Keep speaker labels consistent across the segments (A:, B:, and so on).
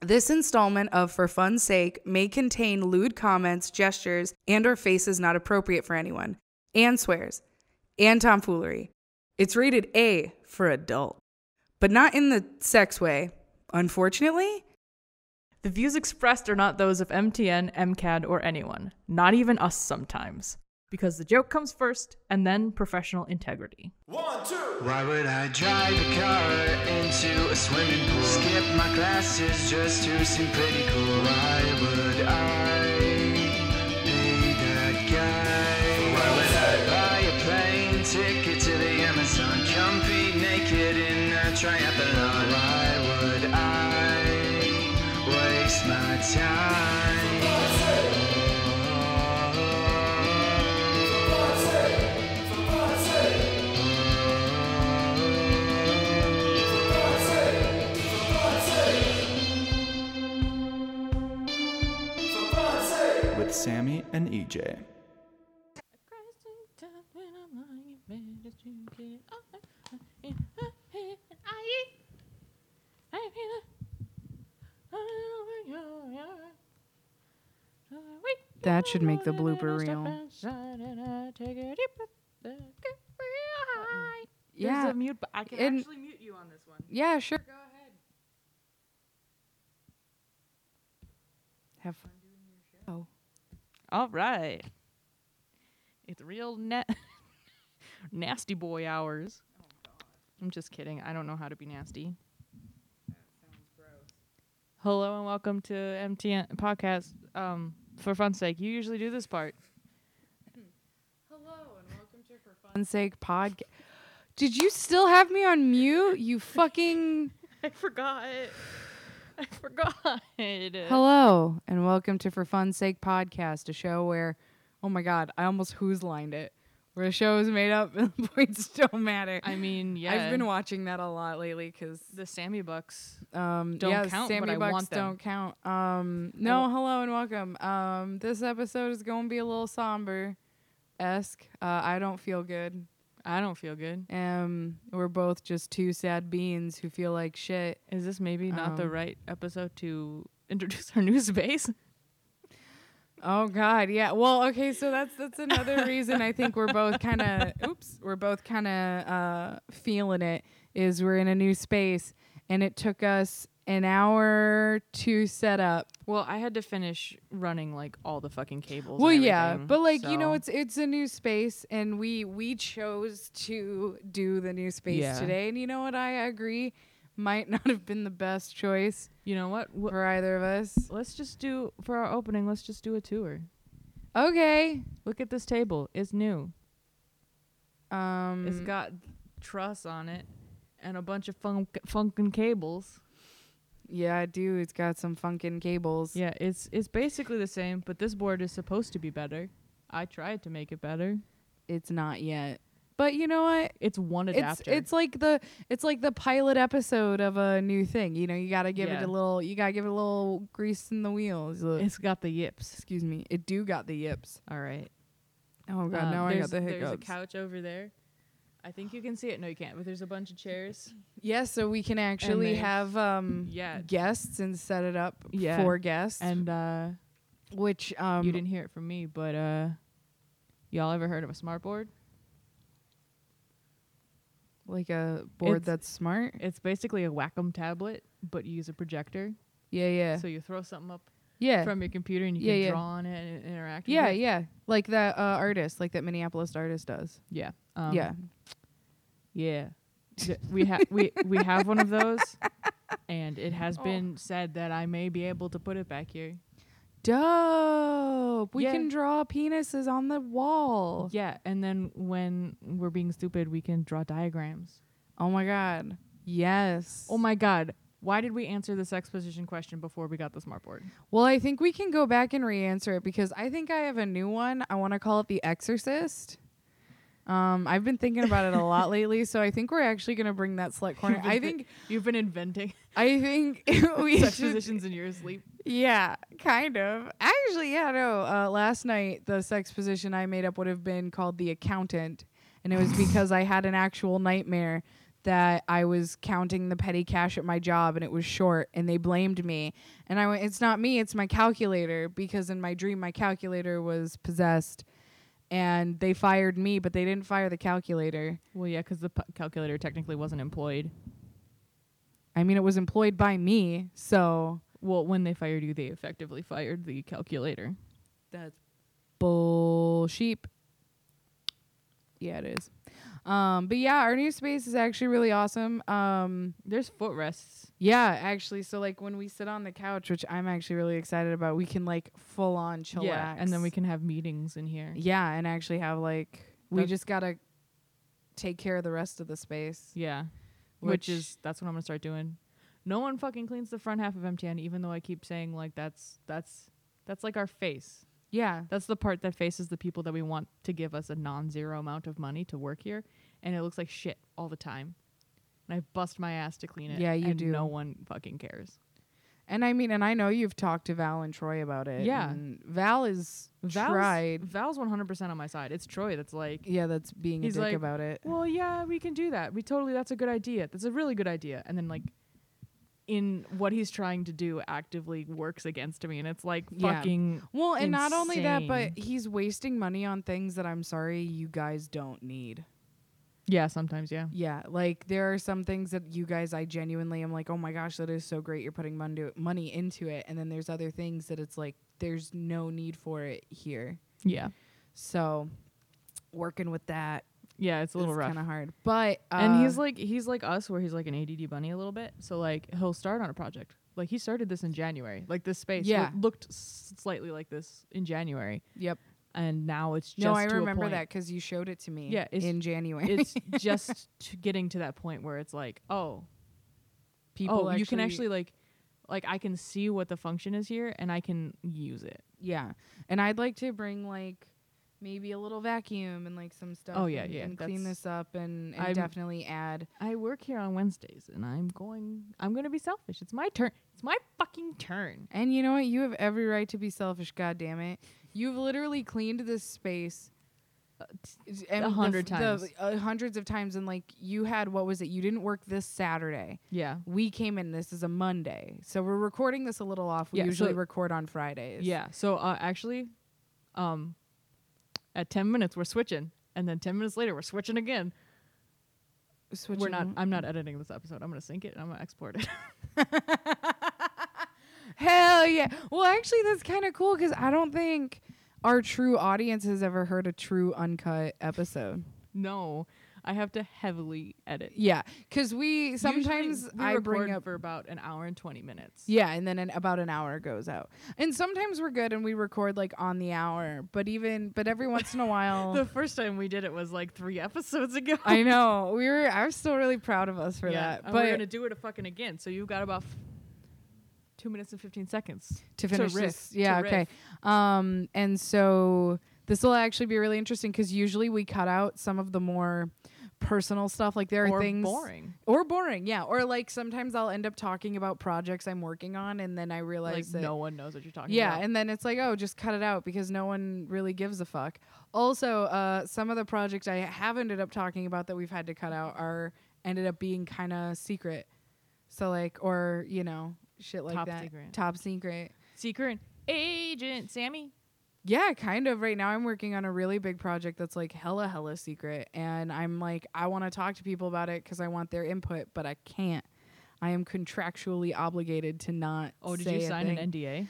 A: This installment of For Fun's Sake may contain lewd comments, gestures, and or faces not appropriate for anyone, and swears, and tomfoolery. It's rated A for adult, but not in the sex way, unfortunately.
B: The views expressed are not those of MTN, MCAD, or anyone, not even us sometimes. Because the joke comes first, and then professional integrity.
C: One, two.
D: Why would I drive a car into a swimming pool? Skip my classes just to seem pretty cool. Why would I be that guy? Why would I buy a plane ticket to the Amazon? Come be naked in a triathlon. Why would I waste my time?
C: With Sammy and E EJ.
A: That should make the blooper reel.
B: There's
A: Yeah.
B: a mute, bu- I can
A: and-
B: actually mute you on this one.
A: Yeah, sure. Go ahead. Have fun.
B: All right. It's real na- nasty boy hours. I'm just kidding. I don't know how to be nasty. That sounds gross. Hello and welcome to MTN podcast. Um, for fun's sake, you usually do this part.
A: Fun's Sake podcast. Did you still have me on mute? You fucking.
B: I forgot. I forgot. Hello.
A: Hello and welcome to For Fun's Sake podcast, a show where, oh my god, I almost who's lined it, where a show is made up and points don't matter.
B: I mean, yeah.
A: I've been watching that a lot lately because
B: the Sammy Bucks.
A: um,
B: Don't
A: yeah,
B: count,
A: Sammy
B: but I
A: Bucks
B: want them.
A: don't count. Um, no, hello and welcome. Um, this episode is going to be a little somber, esque. Uh, I don't feel good.
B: I don't feel good.
A: Um, we're both just two sad beans who feel like shit.
B: Is this maybe not the
A: Um,
B: right episode to introduce our new space?
A: Oh God, yeah. Well, okay, so that's that's another reason I think we're both kind of oops, we're both kind of uh, feeling it is we're in a new space, and it took us an hour to set up.
B: Well, I had to finish running like all the fucking cables.
A: Well,
B: and
A: yeah,
B: everything,
A: but like you know,
B: so-
A: it's it's a new space, and we we chose to do the new space
B: Yeah.
A: today, and you know what? I agree, might not have been the best choice
B: you know what? Wh-
A: for either of us.
B: Let's just do for our opening. Let's just do a tour.
A: Okay,
B: Look at this table. It's new.
A: um,
B: It's got truss on it and a bunch of funk funkin' cables.
A: yeah, I do. It's got some funkin' cables.
B: Yeah, it's it's basically the same, but this board is supposed to be better. I tried to make it better.
A: it's not yet. But you know what?
B: It's one adapter.
A: It's it's like the it's like the pilot episode of a new thing. You know, you gotta give it
B: Yeah.
A: a little you gotta give it a little grease in the wheels. Uh,
B: it's got the yips.
A: Excuse me. It do got the yips.
B: All right.
A: Oh god,
B: Um,
A: now I got
B: there's-
A: the
B: There's a
A: hiccups.
B: couch over there. I think you can see it. No, you can't. But there's a bunch of chairs.
A: Yes, so we can actually
B: there's-
A: have um
B: Yeah.
A: guests and set it up
B: Yeah.
A: for guests.
B: And uh
A: which um
B: you didn't hear it from me, but uh, y'all ever heard of a smart board?
A: like a board
B: It's-
A: that's smart.
B: It's basically a Wacom tablet, but you use a projector.
A: Yeah, yeah.
B: So you throw something up
A: yeah.
B: from your computer and you
A: Yeah,
B: can
A: yeah.
B: draw on it and interact.
A: yeah,
B: with it.
A: yeah. Like that uh, artist, like that Minneapolis artist does.
B: yeah, um,
A: yeah.
B: yeah. Th- we have we we have one of those, and it has
A: Oh.
B: been said that I may be able to put it back here.
A: Dope. We
B: Yeah.
A: can draw penises on the wall.
B: Yeah, and then when we're being stupid, we can draw diagrams.
A: Oh my god. Yes.
B: Oh my god. Why did we answer this exposition question before we got the smart board?
A: Well, I think we can go back and re-answer it because I think I have a new one. I want to call it The Exorcist. Um, I've been thinking about it a lot lately, so I think we're actually gonna bring that slut corner. I think
B: You've been inventing
A: I think we
B: sex
A: should
B: positions in your sleep.
A: Yeah, kind of. Actually, yeah, no. Uh, last night, the sex position I made up would have been called the accountant, and it was because I had an actual nightmare that I was counting the petty cash at my job and it was short and they blamed me. And I went, it's not me, it's my calculator because in my dream my calculator was possessed and they fired me, but they didn't fire the calculator.
B: Well, yeah, because the p- calculator technically wasn't employed.
A: I mean, it was employed by me, so
B: Well, when they fired you, they effectively fired the calculator.
A: That's bull sheep. Yeah, it is. Um, but yeah, our new space is actually really awesome. Um,
B: There's footrests.
A: yeah, actually, so like when we sit on the couch, which I'm actually really excited about, we can like full on chillax.
B: Yeah, and then we can have meetings in here.
A: yeah, and actually have like we
B: That-
A: just gotta take care of the rest of the space.
B: Yeah.
A: Which-
B: Which, is that's what I'm gonna start doing. No one fucking cleans the front half of MTN, even though I keep saying like that's that's that's like our face.
A: Yeah,
B: That's the part that faces the people that we want to give us a non zero amount of money to work here and it looks like shit all the time. And I bust my ass to clean it.
A: Yeah, you
B: and
A: do.
B: No one fucking cares.
A: and I mean, and I know you've talked to Val and Troy about it.
B: Yeah.
A: and Val is
B: Val's
A: tried.
B: Val's one hundred percent on my side. It's Troy that's like
A: Yeah, that's being
B: He's
A: a dick
B: like,
A: about it.
B: Well, yeah, we can do that. We totally, that's a good idea. That's a really good idea. And then, like, in what he's trying to do actively works against me. And it's like
A: Yeah.
B: fucking.
A: Well, and not only that,
B: insane.
A: but he's wasting money on things that I'm sorry you guys don't need.
B: Yeah, sometimes, yeah.
A: Yeah, like there are some things that you guys I genuinely am like, "Oh my gosh, that is so great. You're putting money money into it." And then there's other things that it's like there's no need for it here.
B: Yeah.
A: So, working with that
B: Yeah, it's a little
A: is
B: rough.
A: kind of hard. But uh,
B: and he's like, he's like us, where he's like an ADD bunny a little bit. So, like, he'll start on a project. Like, he started this in January. Like, this space
A: Yeah.
B: loo- looked s- slightly like this in January.
A: "Yep.
B: And now it's just.
A: no, I
B: to a
A: remember
B: point-
A: that cuz you showed it to me
B: Yeah, it's-
A: in January."
B: It's just to getting to that point where it's like, oh,
A: People
B: oh, you can actually like like I can see what the function is here and I can use it.
A: Yeah. And I'd like to bring like maybe a little vacuum and like some stuff.
B: Oh, yeah,
A: and,
B: yeah,
A: And clean
B: that's-
A: this up and, and
B: I'm-
A: definitely add.
B: I work here on Wednesdays and I'm going I'm going to be selfish. It's my turn. It's my fucking turn.
A: And you know what? You have every right to be selfish. God damn it! You've literally cleaned this space s- and the
B: hundred
A: f- the-
B: times.
A: uh, hundreds of times, and like you had what was it? You didn't work this Saturday.
B: Yeah.
A: We came in. This is a Monday, so we're recording this a little off. We
B: Yeah,
A: usually
B: so-
A: record on Fridays.
B: Yeah. So uh, actually um at 10 minutes we're switching and then 10 minutes later we're switching again.
A: Switching
B: we're not I'm not editing this episode. I'm going to sync it and I'm going to export it.
A: Hell yeah. Well, actually, that's kind of cool because I don't think our true audience has ever heard a true uncut episode.
B: no. I have to heavily edit.
A: Yeah, because we
B: Usually
A: sometimes
B: we
A: I bring
B: record
A: up.
B: for about an hour and 20 minutes.
A: Yeah, and then in about an hour goes out. And sometimes we're good and we record like on the hour, but even but every once in a while
B: The first time we did it was like 3 episodes ago.
A: I know. We were I'm still really proud of us for that.
B: and
A: But
B: we're gonna do it a fucking again. So you got about f- two minutes and fifteen seconds
A: to finish
B: riff,
A: this. Yeah,
B: to
A: okay.
B: riff.
A: Um, and so this will actually be really interesting because usually we cut out some of the more personal stuff. Like there are
B: Or
A: things
B: boring.
A: or boring. Yeah, or like sometimes I'll end up talking about projects I'm working on, and then I realize
B: Like
A: that
B: no one knows what you're talking
A: yeah,
B: about.
A: and then it's like, oh, just cut it out because no one really gives a fuck. Also, uh, some of the projects I have ended up talking about that we've had to cut out are ended up being kind of secret. So like, or you know, shit like
B: Top
A: that.
B: secret.
A: Top secret.
B: secret agent Sammy.
A: Yeah, kind of. Right now, I'm working on a really big project that's like hella, hella secret. And I'm like, I want to talk to people about it because I want their input, but I can't. I am contractually obligated to not.
B: Oh, did
A: say
B: you
A: a
B: sign
A: thing.
B: an NDA?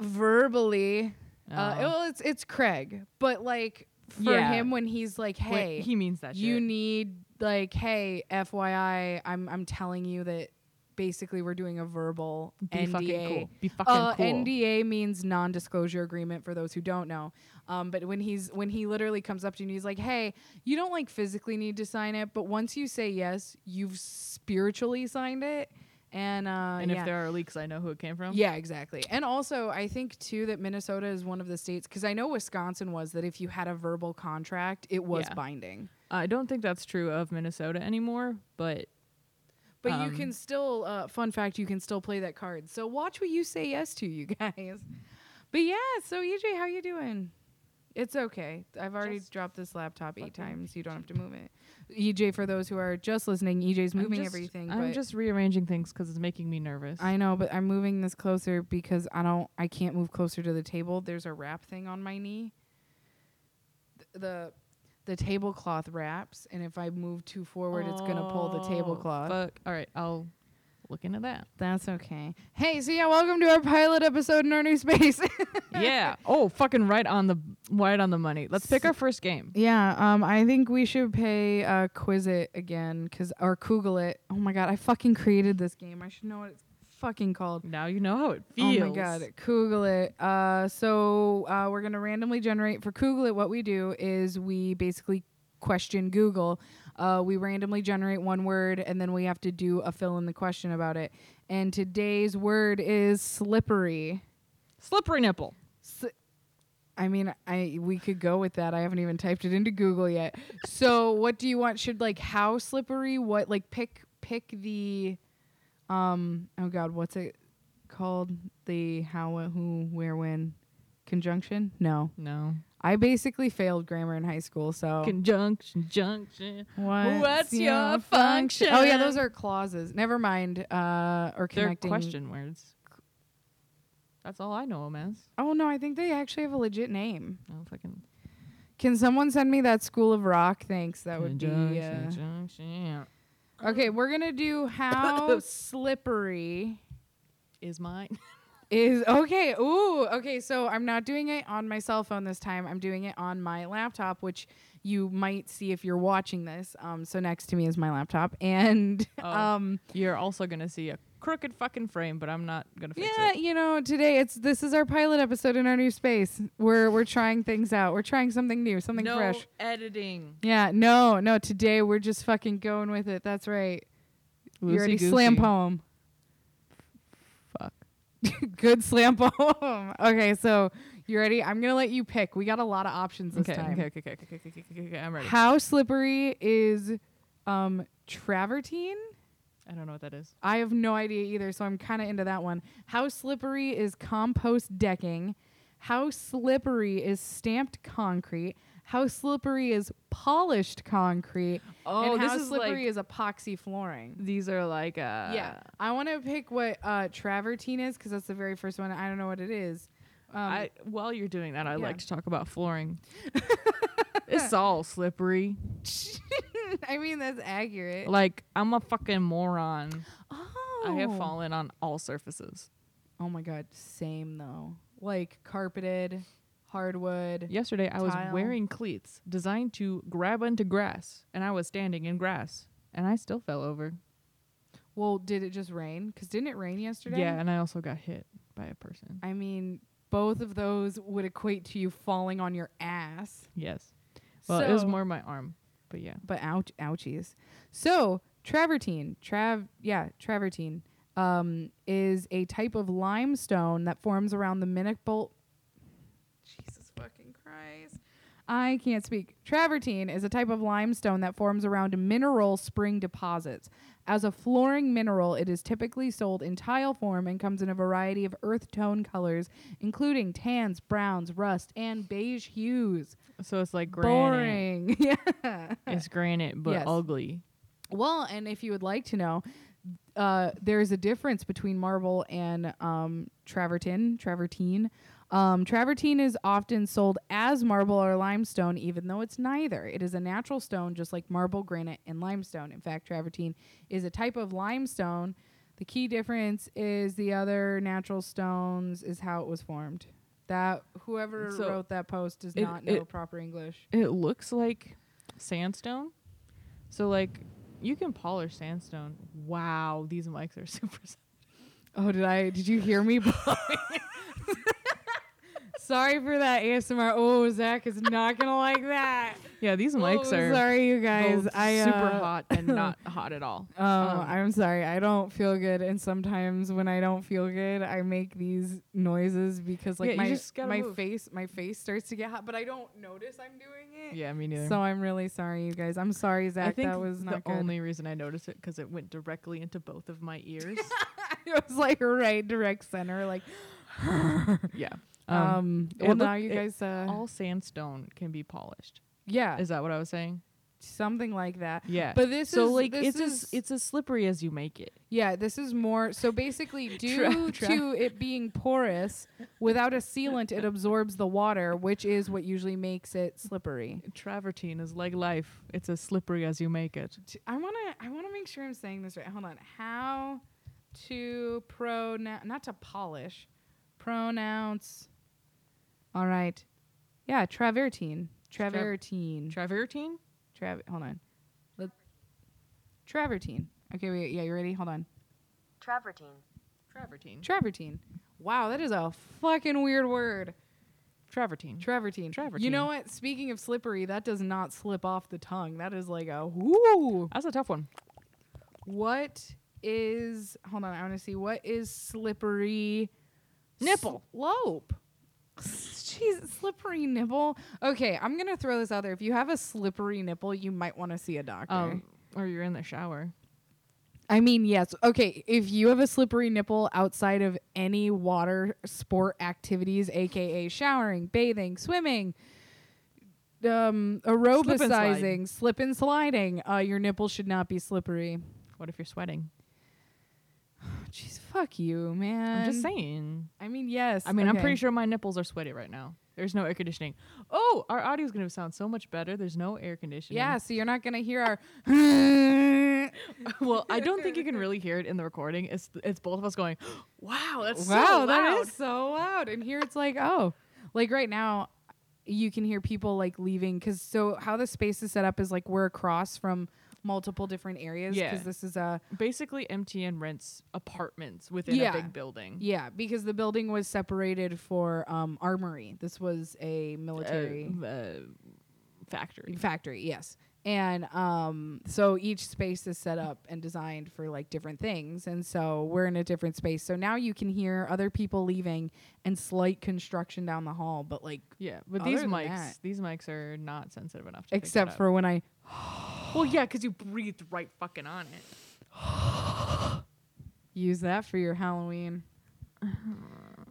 A: verbally. Uh,
B: Oh.
A: well, it's it's Craig, but like for
B: Yeah.
A: him when he's like,
B: Wait,
A: "Hey,
B: he means that.
A: you
B: shit.
A: need like, hey, FYI, I'm I'm telling you that basically we're doing a verbal
B: be
A: NDA."
B: fucking cool. Be fucking
A: Uh,
B: cool.
A: NDA means non-disclosure agreement for those who don't know. Um, but when he's when he literally comes up to you and he's like, "Hey, you don't like physically need to sign it, but once you say yes, you've spiritually signed it." And uh,
B: and
A: yeah.
B: if there are leaks, I know who it came from.
A: Yeah, exactly. And also, I think too that Minnesota is one of the states because I know Wisconsin was that if you had a verbal contract, it was
B: Yeah.
A: binding.
B: I don't think that's true of Minnesota anymore, but
A: But you
B: Um,
A: can still, uh, fun fact, you can still play that card. E So watch what you say yes to, you guys. But yeah, so EJ, how you doing? It's okay. I've already
B: Just
A: dropped this laptop eight
B: fucking
A: times. You don't have to move it. EJ, for those who are just listening, EJ's moving
B: I'm just,
A: everything.
B: I'm
A: but
B: just rearranging things because it's making me nervous.
A: I know, but I'm moving this closer because I don't. I can't move closer to the table. There's a wrap thing on my knee. Th- The the tablecloth wraps, and if I move too forward, it's gonna pull the
B: Oh,
A: tablecloth.
B: Fuck. All right, I'll look into that.
A: That's okay. Hey, so yeah, welcome to our pilot episode in our new space.
B: yeah. Oh, fucking right on the right on the money. Let's pick our first game.
A: yeah, um, I think we should pay uh, Quiz It again, cause or Google it. Oh my god, I fucking created this game. I should know what it's fucking called.
B: Now you know how it feels.
A: Oh my god, Google it. Uh, so uh, we're gonna randomly generate for Google it. What we do is we basically question Google. Uh, we randomly generate one word, and then we have to do a fill in the question about it. And today's word is slippery.
B: Slippery nipple.
A: I mean, I we could go with that. I haven't even typed it into Google yet. So, what do you want? Should like how slippery? What like pick pick the, um. Oh God, what's it called? The how, what, who, where, when, conjunction? No,
B: No.
A: I basically failed grammar in high school. So
B: Conjunction, junction. what's your
A: Oh yeah,
B: function?
A: those are clauses. Never mind. Uh, or
B: They're
A: connecting.
B: question words. That's all I know them as.
A: Oh no, I think they actually have a legit name.
B: I don't fucking.
A: Can someone send me that School of Rock? Thanks. That would be.
B: Conjunction,
A: Uh,
B: junction.
A: Okay, we're gonna do how slippery
B: Is mine.
A: is okay. Ooh, okay. So I'm not doing it on my cell phone this time. I'm doing it on my laptop, which you might see if you're watching this. Um, so next to me is my laptop, and
B: Oh.
A: um,
B: You're also gonna see a crooked fucking frame, but I'm not gonna fix
A: yeah,
B: it.
A: you know, today it's this is our pilot episode in our new space. We're we're trying things out. We're trying something new, something
B: no
A: fresh.
B: editing.
A: Yeah, no, no. Today we're just fucking going with it. That's right. you already
B: Loosey-goosey.
A: slam poem.
B: Fuck.
A: Good slam poem. Okay, so you ready? I'm gonna let you pick. We got a lot of options this
B: Okay,
A: time.
B: okay, okay, okay, okay, okay, okay, okay, okay, I'm ready.
A: How slippery is um travertine?
B: I don't know what that is.
A: I have no idea either, so I'm kind of into that one. How slippery is compost decking? How slippery is stamped concrete? How slippery is polished concrete?
B: Oh,
A: and
B: this
A: how
B: is
A: slippery
B: like-
A: is epoxy flooring?
B: These are like uh
A: yeah, I want to pick what uh, travertine is because that's the very first one. I don't know what it is. Um,
B: I while you're doing that, I'd
A: yeah.
B: like to talk about flooring. it's all slippery.
A: I mean, that's accurate.
B: Like I'm a fucking moron.
A: oh,
B: I have fallen on all surfaces.
A: Oh my god, same though. Like carpeted, hardwood.
B: Yesterday I was
A: Tile.
B: wearing cleats designed to grab onto grass, and I was standing in grass, and I still fell over.
A: Well, did it just rain? Because didn't it rain yesterday?
B: Yeah, and I also got hit by a person.
A: I mean, both of those would equate to you falling on your ass.
B: Yes. Well, it was
A: So-
B: more my arm, but yeah.
A: but ouch, ouchies. So travertine, trav, yeah, travertine, um, is a type of limestone that forms around the minute Jesus fucking Christ. I can't speak. Travertine is a type of limestone that forms around mineral spring deposits. As a flooring mineral, it is typically sold in tile form and comes in a variety of earth tone colors, including tans, browns, rust, and beige hues.
B: So it's like granite.
A: Boring. yeah.
B: It's granite, but
A: Yes.
B: ugly.
A: Well, and if you would like to know, uh, there's a difference between marble and um, travertine. Travertine. Um, travertine is often sold as marble or limestone, even though it's neither. It is a natural stone, just like marble, granite, and limestone. In fact, travertine is a type of limestone. The key difference is the other natural stones is how it was formed. That whoever
B: So
A: wrote that post does
B: it-
A: not know
B: it-
A: proper English.
B: It looks like sandstone. So like you can polish sandstone. Wow, these mics are super. s-
A: Oh, did I? Did you hear me? sorry for that ASMR. Oh, Zach is not gonna like that.
B: Yeah, these mics
A: Oh,
B: are
A: sorry, you guys.
B: both
A: I
B: super
A: uh,
B: hot Um, and not hot at all.
A: Oh, I'm sorry. I don't feel good, and sometimes when I don't feel good, I make these noises because like
B: Yeah, you
A: my
B: just gotta
A: my
B: move.
A: face my face starts to get hot, but I don't notice I'm doing it.
B: Yeah, me neither.
A: So I'm really sorry, you guys. I'm sorry, Zach.
B: I think
A: that was
B: the
A: not good.
B: only reason I noticed it because it went directly into both of my ears.
A: it was like right direct center, like.
B: yeah.
A: Um,
B: it
A: well,
B: look-
A: now you
B: it-
A: guys, uh,
B: all sandstone can be polished.
A: yeah,
B: Is that what I was saying?
A: something like that.
B: Yeah.
A: But this
B: so
A: is
B: like
A: this
B: it's
A: is,
B: as it's as slippery as you make it.
A: Yeah, this is more so basically due
B: Tra- tra-
A: to it being porous without a sealant it absorbs the water, which is what usually makes it slippery.
B: Travertine is like life. It's as slippery as you make it.
A: I want to I want to make sure I'm saying this right. Hold on. How to pronoun not to polish pronounce All right. Yeah, travertine. Travertine.
B: Travertine?
A: Trav hold on. Let- travertine. Okay, wait. Yeah, you ready? Hold on.
E: Travertine.
B: Travertine.
A: Travertine. Wow, that is a fucking weird word.
B: Travertine.
A: Travertine. You
B: Travertine.
A: know what? Speaking of slippery, that does not slip off the tongue. That is like a whoo.
B: That's a tough one.
A: What is? Hold on, I want to see what is slippery.
B: Nipple.
A: Slope. Jeez, slippery nipple. Okay, I'm gonna throw this out there. If you have a slippery nipple, you might want to see a doctor.
B: Um, or you're in the shower.
A: I mean, yes. Okay, if you have a slippery nipple outside of any water sport activities, aka showering, bathing, swimming, um, aerobicizing, slip and, sliding, uh, your nipple should not be slippery.
B: What if you're sweating?
A: Jeez, fuck you, man.
B: I'm just saying.
A: I mean, yes.
B: I mean, I'm
A: okay.
B: pretty sure my nipples are sweaty right now. There's no air conditioning. Oh, our audio's going to sound so much better. There's no air conditioning.
A: Yeah, so you're not gonna hear our.
B: well, I don't think you can really hear it in the recording. It's it's both of us going, "Wow, that's
A: wow,
B: so loud."
A: that is so loud. And here it's like, oh, like right now, you can hear people like leaving because so how the space is set up is like we're across from multiple different areas
B: Yeah.
A: because this is a
B: Basically, MTN rents apartments within
A: Yeah.
B: a big building.
A: yeah because the building was separated for um armory. This was a military
B: Uh, uh, factory.
A: factory, yes. And um, so each space is set up and designed for like different things. And so we're in a different space. So now you can hear other people leaving and slight construction down the hall, but like
B: Yeah, but
A: Other
B: these
A: than
B: mics,
A: that-
B: these mics are not sensitive enough to pick that
A: except
B: up.
A: for when I
B: Well, yeah, because you breathed right fucking on it.
A: use that for your Halloween.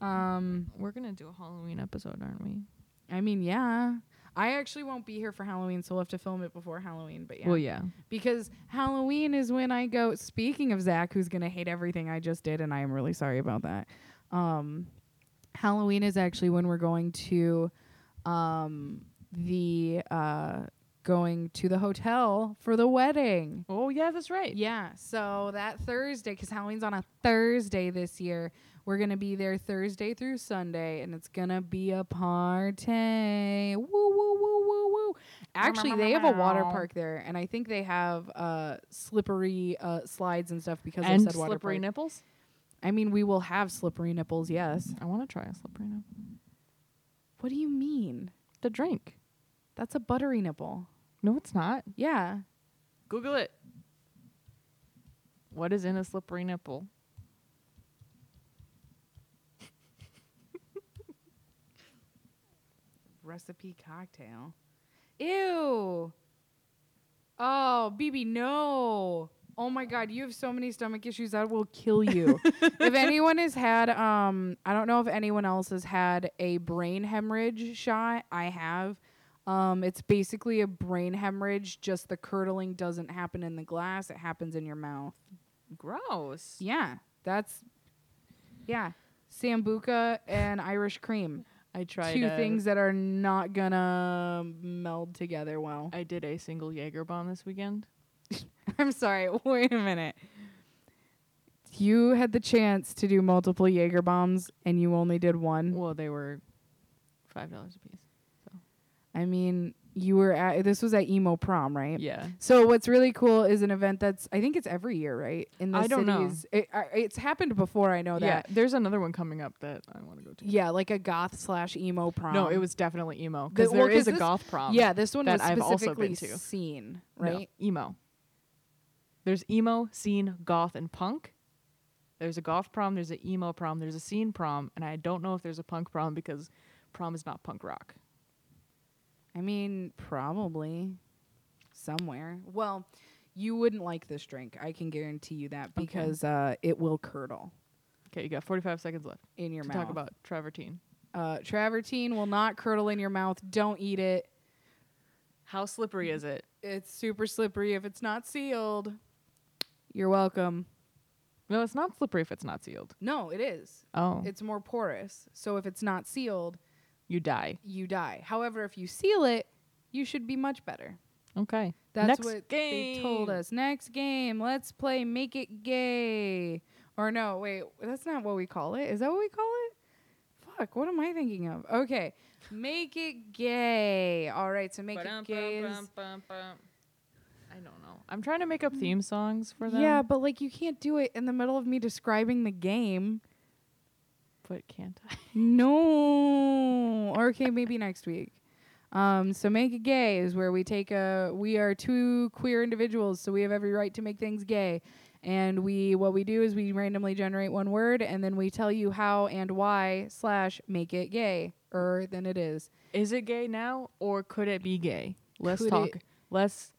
A: Um,
B: We're gonna do a Halloween episode, aren't we?
A: I mean, yeah. I actually won't be here for Halloween, so we'll have to film it before Halloween. But yeah,
B: Well, yeah.
A: because Halloween is when I go. Speaking of Zach, who's gonna hate everything I just did, and I am really sorry about that. Um, Halloween is actually when we're going to um, the uh, going to the hotel for the wedding.
B: Oh yeah, that's right.
A: Yeah. So that Thursday, because Halloween's on a Thursday this year, we're gonna be there Thursday through Sunday, and it's gonna be a party. Woo woo woo woo woo. Actually, they have a water park there, and I think they have uh slippery uh slides and stuff because
B: And
A: of said water
B: slippery
A: park.
B: nipples.
A: I mean, we will have slippery nipples. Yes.
B: I want to try a slippery nipple.
A: What do you mean?
B: The drink.
A: That's a buttery nipple.
B: No, it's not.
A: Yeah.
B: Google it. What is in a slippery nipple?
A: recipe cocktail. Ew. Oh, BB, no. Oh my God, you have so many stomach issues that will kill you. if anyone has had, um, I don't know if anyone else has had a brain hemorrhage shot. I have. Um, it's basically a brain hemorrhage. Just the curdling doesn't happen in the glass; it happens in your mouth.
B: Gross.
A: Yeah, that's yeah. Sambuca and Irish cream
B: I tried
A: two
B: a-
A: things that are not gonna meld together well.
B: I did a single Jaeger bomb this weekend.
A: I'm sorry. Wait a minute. You had the chance to do multiple Jaeger bombs and you only did one.
B: Well, they were five dollars a piece.
A: I mean, you were at this was at emo prom, right?
B: Yeah.
A: So what's really cool is an event that's I think it's every year, right? In the
B: I don't know.
A: cities. It, I- it's happened before. I know
B: yeah.
A: that.
B: There's another one coming up that I want to go to.
A: Yeah, like a goth slash emo prom.
B: No, it was definitely emo
A: The-
B: because
A: well,
B: there is
A: 'cause
B: a
A: this-
B: goth prom.
A: yeah. This one was
B: that I've also
A: specifically
B: been to.
A: seen,
B: No,
A: right?
B: emo. There's emo, scene, goth, and punk. There's a goth prom. There's an emo prom. There's a scene prom, and I don't know if there's a punk prom because prom is not punk rock.
A: I mean, probably somewhere. Well, you wouldn't like this drink. I can guarantee you that because uh, it will curdle
B: Okay, you got 45 seconds left
A: in your
B: to
A: mouth.
B: talk about travertine.
A: Uh, travertine will not curdle in your mouth. Don't eat it.
B: How slippery is it?
A: It's super slippery if it's not sealed. You're welcome.
B: No, it's not slippery if it's not sealed.
A: No, it is.
B: Oh,
A: It's more porous. So if it's not sealed,
B: you die.
A: you die. However, if you seal it, you should be much better.
B: Okay.
A: That's
B: Next
A: what they
B: game.
A: told us. Next game, let's play Make It Gay. Or no, wait, that's not what we call it. Is that what we call it? Fuck, what am I thinking of? Okay, Make It Gay. All right, so Make It Gay is.
B: I don't know. I'm trying to make up theme songs for them.
A: Yeah, but like you can't do it in the middle of me describing the game.
B: but can't I?
A: No. Or, okay, maybe next week. Um, so make it gay is where we take a we are two queer individuals, so we have every right to make things gay. And we what we do is we randomly generate one word and then we tell you how and why slash make it gay or than it is.
B: Is it gay now or could it be gay? Let's
A: Could
B: talk.
A: it-
B: Let's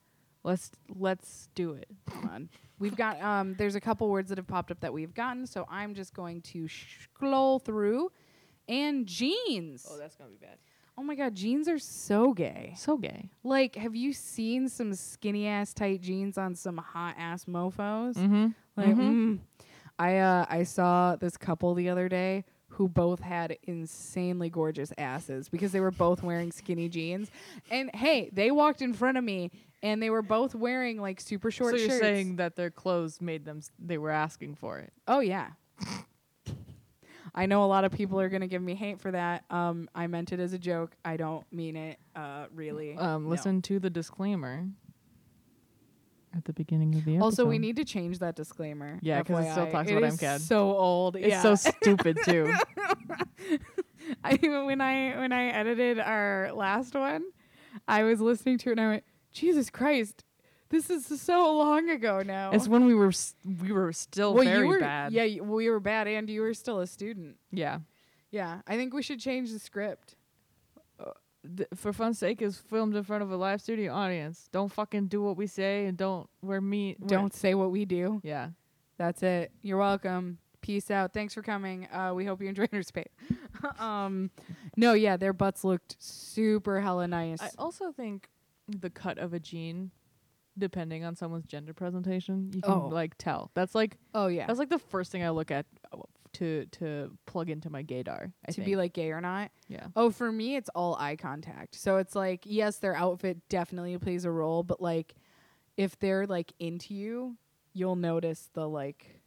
B: let's let's do it.
A: Come on. We've got um there's a couple words that have popped up that we've gotten, so I'm just going to scroll through. And jeans. Oh,
B: that's gonna be bad.
A: my god, jeans are so gay.
B: So gay.
A: Like, have you seen some skinny ass tight jeans on some hot ass mofos?
B: Mm-hmm.
A: Like, mm. I uh, I saw this couple the other day who both had insanely gorgeous asses because they were both wearing skinny jeans. And hey, they walked in front of me and they were both wearing like super short
B: so you're
A: shirts.
B: saying that their clothes made them? s- They were asking for it.
A: Oh yeah. I know a lot of people are gonna give me hate for that. Um, I meant it as a joke. I don't mean it, uh, really.
B: Um,
A: No.
B: listen to the disclaimer at the beginning of the episode.
A: Also, we need to change that disclaimer.
B: Yeah, 'cause it still
A: FYI.
B: talks
A: It
B: about
A: is
B: MCAD.
A: So old.
B: It's
A: yeah.
B: so stupid too.
A: I when I when I edited our last one, I was listening to it and I went, Jesus Christ, this is so long ago now.
B: it's when we were s- we were still very
A: you were
B: bad.
A: yeah, you- we were bad, and you were still a student.
B: yeah.
A: Yeah, I think we should change the script.
B: th- for fun's sake is filmed in front of a live studio audience. Don't fucking do what we say and don't we're mean. we're-
A: Don't say what we do.
B: Yeah.
A: That's it. You're welcome. Peace out. Thanks for coming. Uh, we hope you enjoyed our space. um, no, yeah, their butts looked super hella nice.
B: I also think the cut of a jean, depending on someone's gender presentation, you can
A: Oh.
B: like tell. That's like
A: oh yeah,
B: that's like the first thing I look at uh, to to plug into my gaydar. I
A: to
B: think.
A: be like gay or not.
B: yeah.
A: Oh, for me, it's all eye contact. So it's like, yes, their outfit definitely plays a role, but like, if they're like into you, you'll notice the like.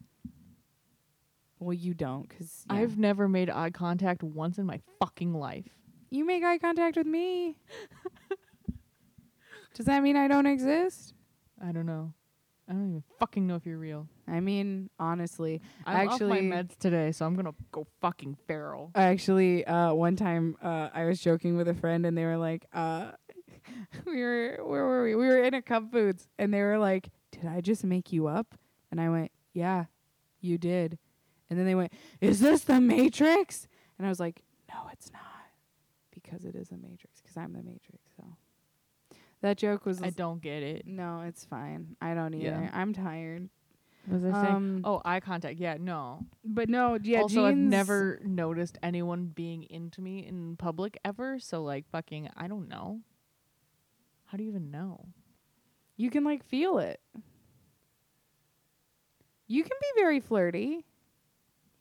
A: Well, you don't, cause yeah.
B: I've never made eye contact once in my fucking life.
A: you make eye contact with me. Does that mean I don't exist?
B: I don't know. I don't even fucking know if you're real.
A: I mean, honestly,
B: I'm off
A: actually,
B: my meds today, so I'm gonna go fucking feral.
A: I actually uh, one time uh, I was joking with a friend and they were like, uh, we were where were we? We were in a Cub Foods and they were like, did I just make you up? And I went, yeah, you did. And then they went, is this the Matrix? And I was like, no, it's not, because it is the Matrix, because I'm the Matrix. So that joke was
B: I don't get it.
A: no, it's fine. I don't either.
B: Yeah.
A: I'm tired.
B: Was I saying?
A: Um,
B: Oh, eye contact. Yeah, no.
A: But no, yeah.
B: also, I've
A: jeans-
B: never noticed anyone being into me in public ever. So, like, fucking, I don't know. How do you even know?
A: You can like feel it. You can be very flirty.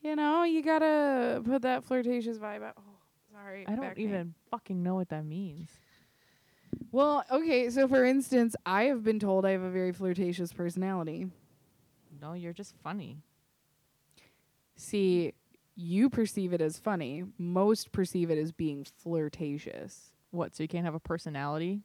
A: You know, you gotta put that flirtatious vibe out. Oh, sorry.
B: I don't
A: back pain.
B: even fucking know what that means.
A: Well, okay, so for instance, I have been told I have a very flirtatious personality.
B: No, you're just funny.
A: See, you perceive it as funny. Most perceive it as being flirtatious.
B: What? So you can't have a personality?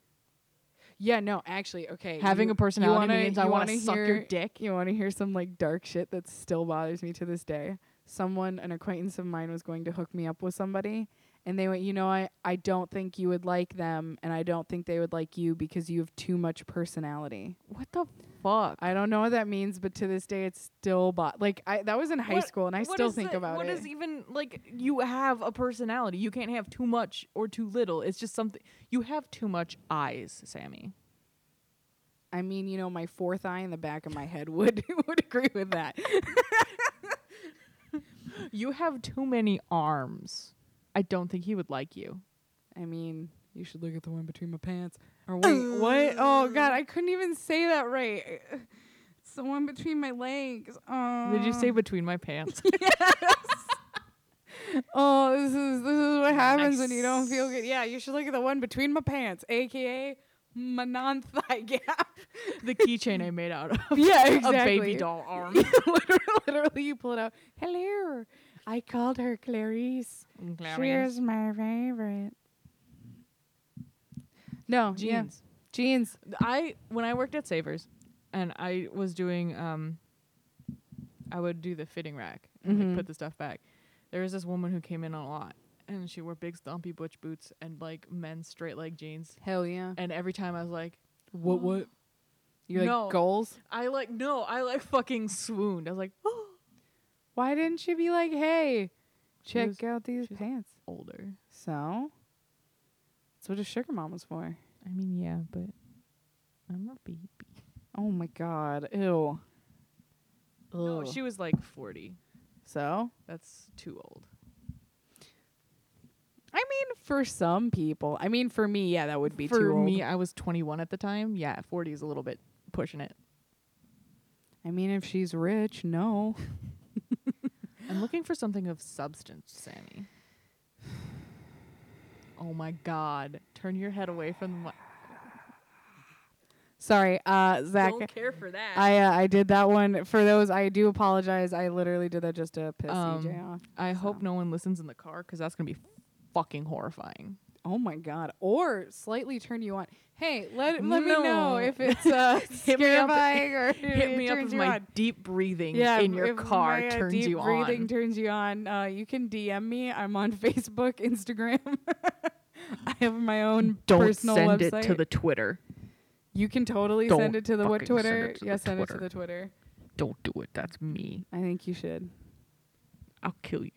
A: Yeah, no, actually, okay.
B: Having
A: you-
B: a personality
A: you wanna,
B: means I
A: you
B: wanna
A: wanna
B: suck your
A: hear-
B: dick?
A: You want to hear some like dark shit that still bothers me to this day. Someone, an acquaintance of mine, was going to hook me up with somebody, and they went, you know, I I don't think you would like them, and I don't think they would like you because you have too much personality.
B: What the fuck?
A: I don't know what that means, but to this day, it's still bo- like I that was in high
B: What-
A: school, and I
B: what
A: still
B: is
A: think
B: the-
A: about
B: What
A: it.
B: is even like you have a personality? You can't have too much or too little. It's just something you have too much eyes, Sammy.
A: I mean, you know, my fourth eye in the back of my head would would agree with that.
B: You have too many arms. I I don't think he would like you.
A: I mean, you should look at the one between my pants. Or wait, what? Oh God, I couldn't even say that right. It's the one between my legs. Oh.
B: Did you say between my pants?
A: Oh, this is this is what happens when you don't feel good. Yeah, you should look at the one between my pants, aka my non-thigh gap.
B: the keychain I made out of
A: yeah,
B: a baby doll arm.
A: literally, literally, you pull it out. Hello, I called her Clarice. She is my favorite. No jeans.
B: Jeans.
A: Jeans.
B: I when I worked at Savers, and I was doing um, I would do the fitting rack and like,
A: Mhm.
B: put the stuff back. There was this woman who came in a lot, and she wore big stumpy butch boots and like men's straight leg jeans.
A: Hell yeah.
B: And every time I was like,
A: What? What? You're like
B: No.
A: goals.
B: I like no, I like fucking swooned. I was like, oh,
A: Why didn't she be like, hey,
B: She
A: check
B: was-
A: out these
B: she's-
A: pants?
B: older.
A: So, that's what a sugar mom was for.
B: I mean, yeah, but I'm a baby.
A: Oh my god. Ew.
B: No,
A: Ugh.
B: she was like 40.
A: so,
B: That's too old.
A: I mean, for some people, I mean, for me, yeah, that would be
B: For
A: too old.
B: me, I was 21 at the time. Yeah, 40 is a little bit pushing it.
A: I mean, if she's rich, no.
B: I'm looking for something of substance, Sammy. Oh my God! Turn your head away from the mic.
A: Sorry, uh, Zach.
B: Don't care for that.
A: I uh, I did that one for those. I do apologize. I literally did that just to piss
B: Um,
A: EJ off.
B: I
A: So.
B: hope no one listens in the car because that's gonna be fucking horrifying.
A: Oh my god! Or slightly turn you on. Hey, let let me know
B: No.
A: if it's uh,
B: Hit me up-
A: scarifying or
B: Hit
A: it
B: me up
A: turns
B: if
A: you
B: my
A: on.
B: deep breathing in your
A: if
B: car
A: my, uh,
B: turns
A: deep
B: you
A: breathing
B: on.
A: turns you on. Uh, you can DM me. I'm on Facebook, Instagram. I have my own
B: Don't
A: personal
B: send
A: website.
B: it to the Twitter.
A: You can totally send
B: Don't
A: it to the what
B: fucking send
A: Twitter?
B: it to the
A: yeah, send it to
B: Twitter.
A: the Twitter.
B: Don't do it. That's me.
A: I think you should.
B: I'll kill you.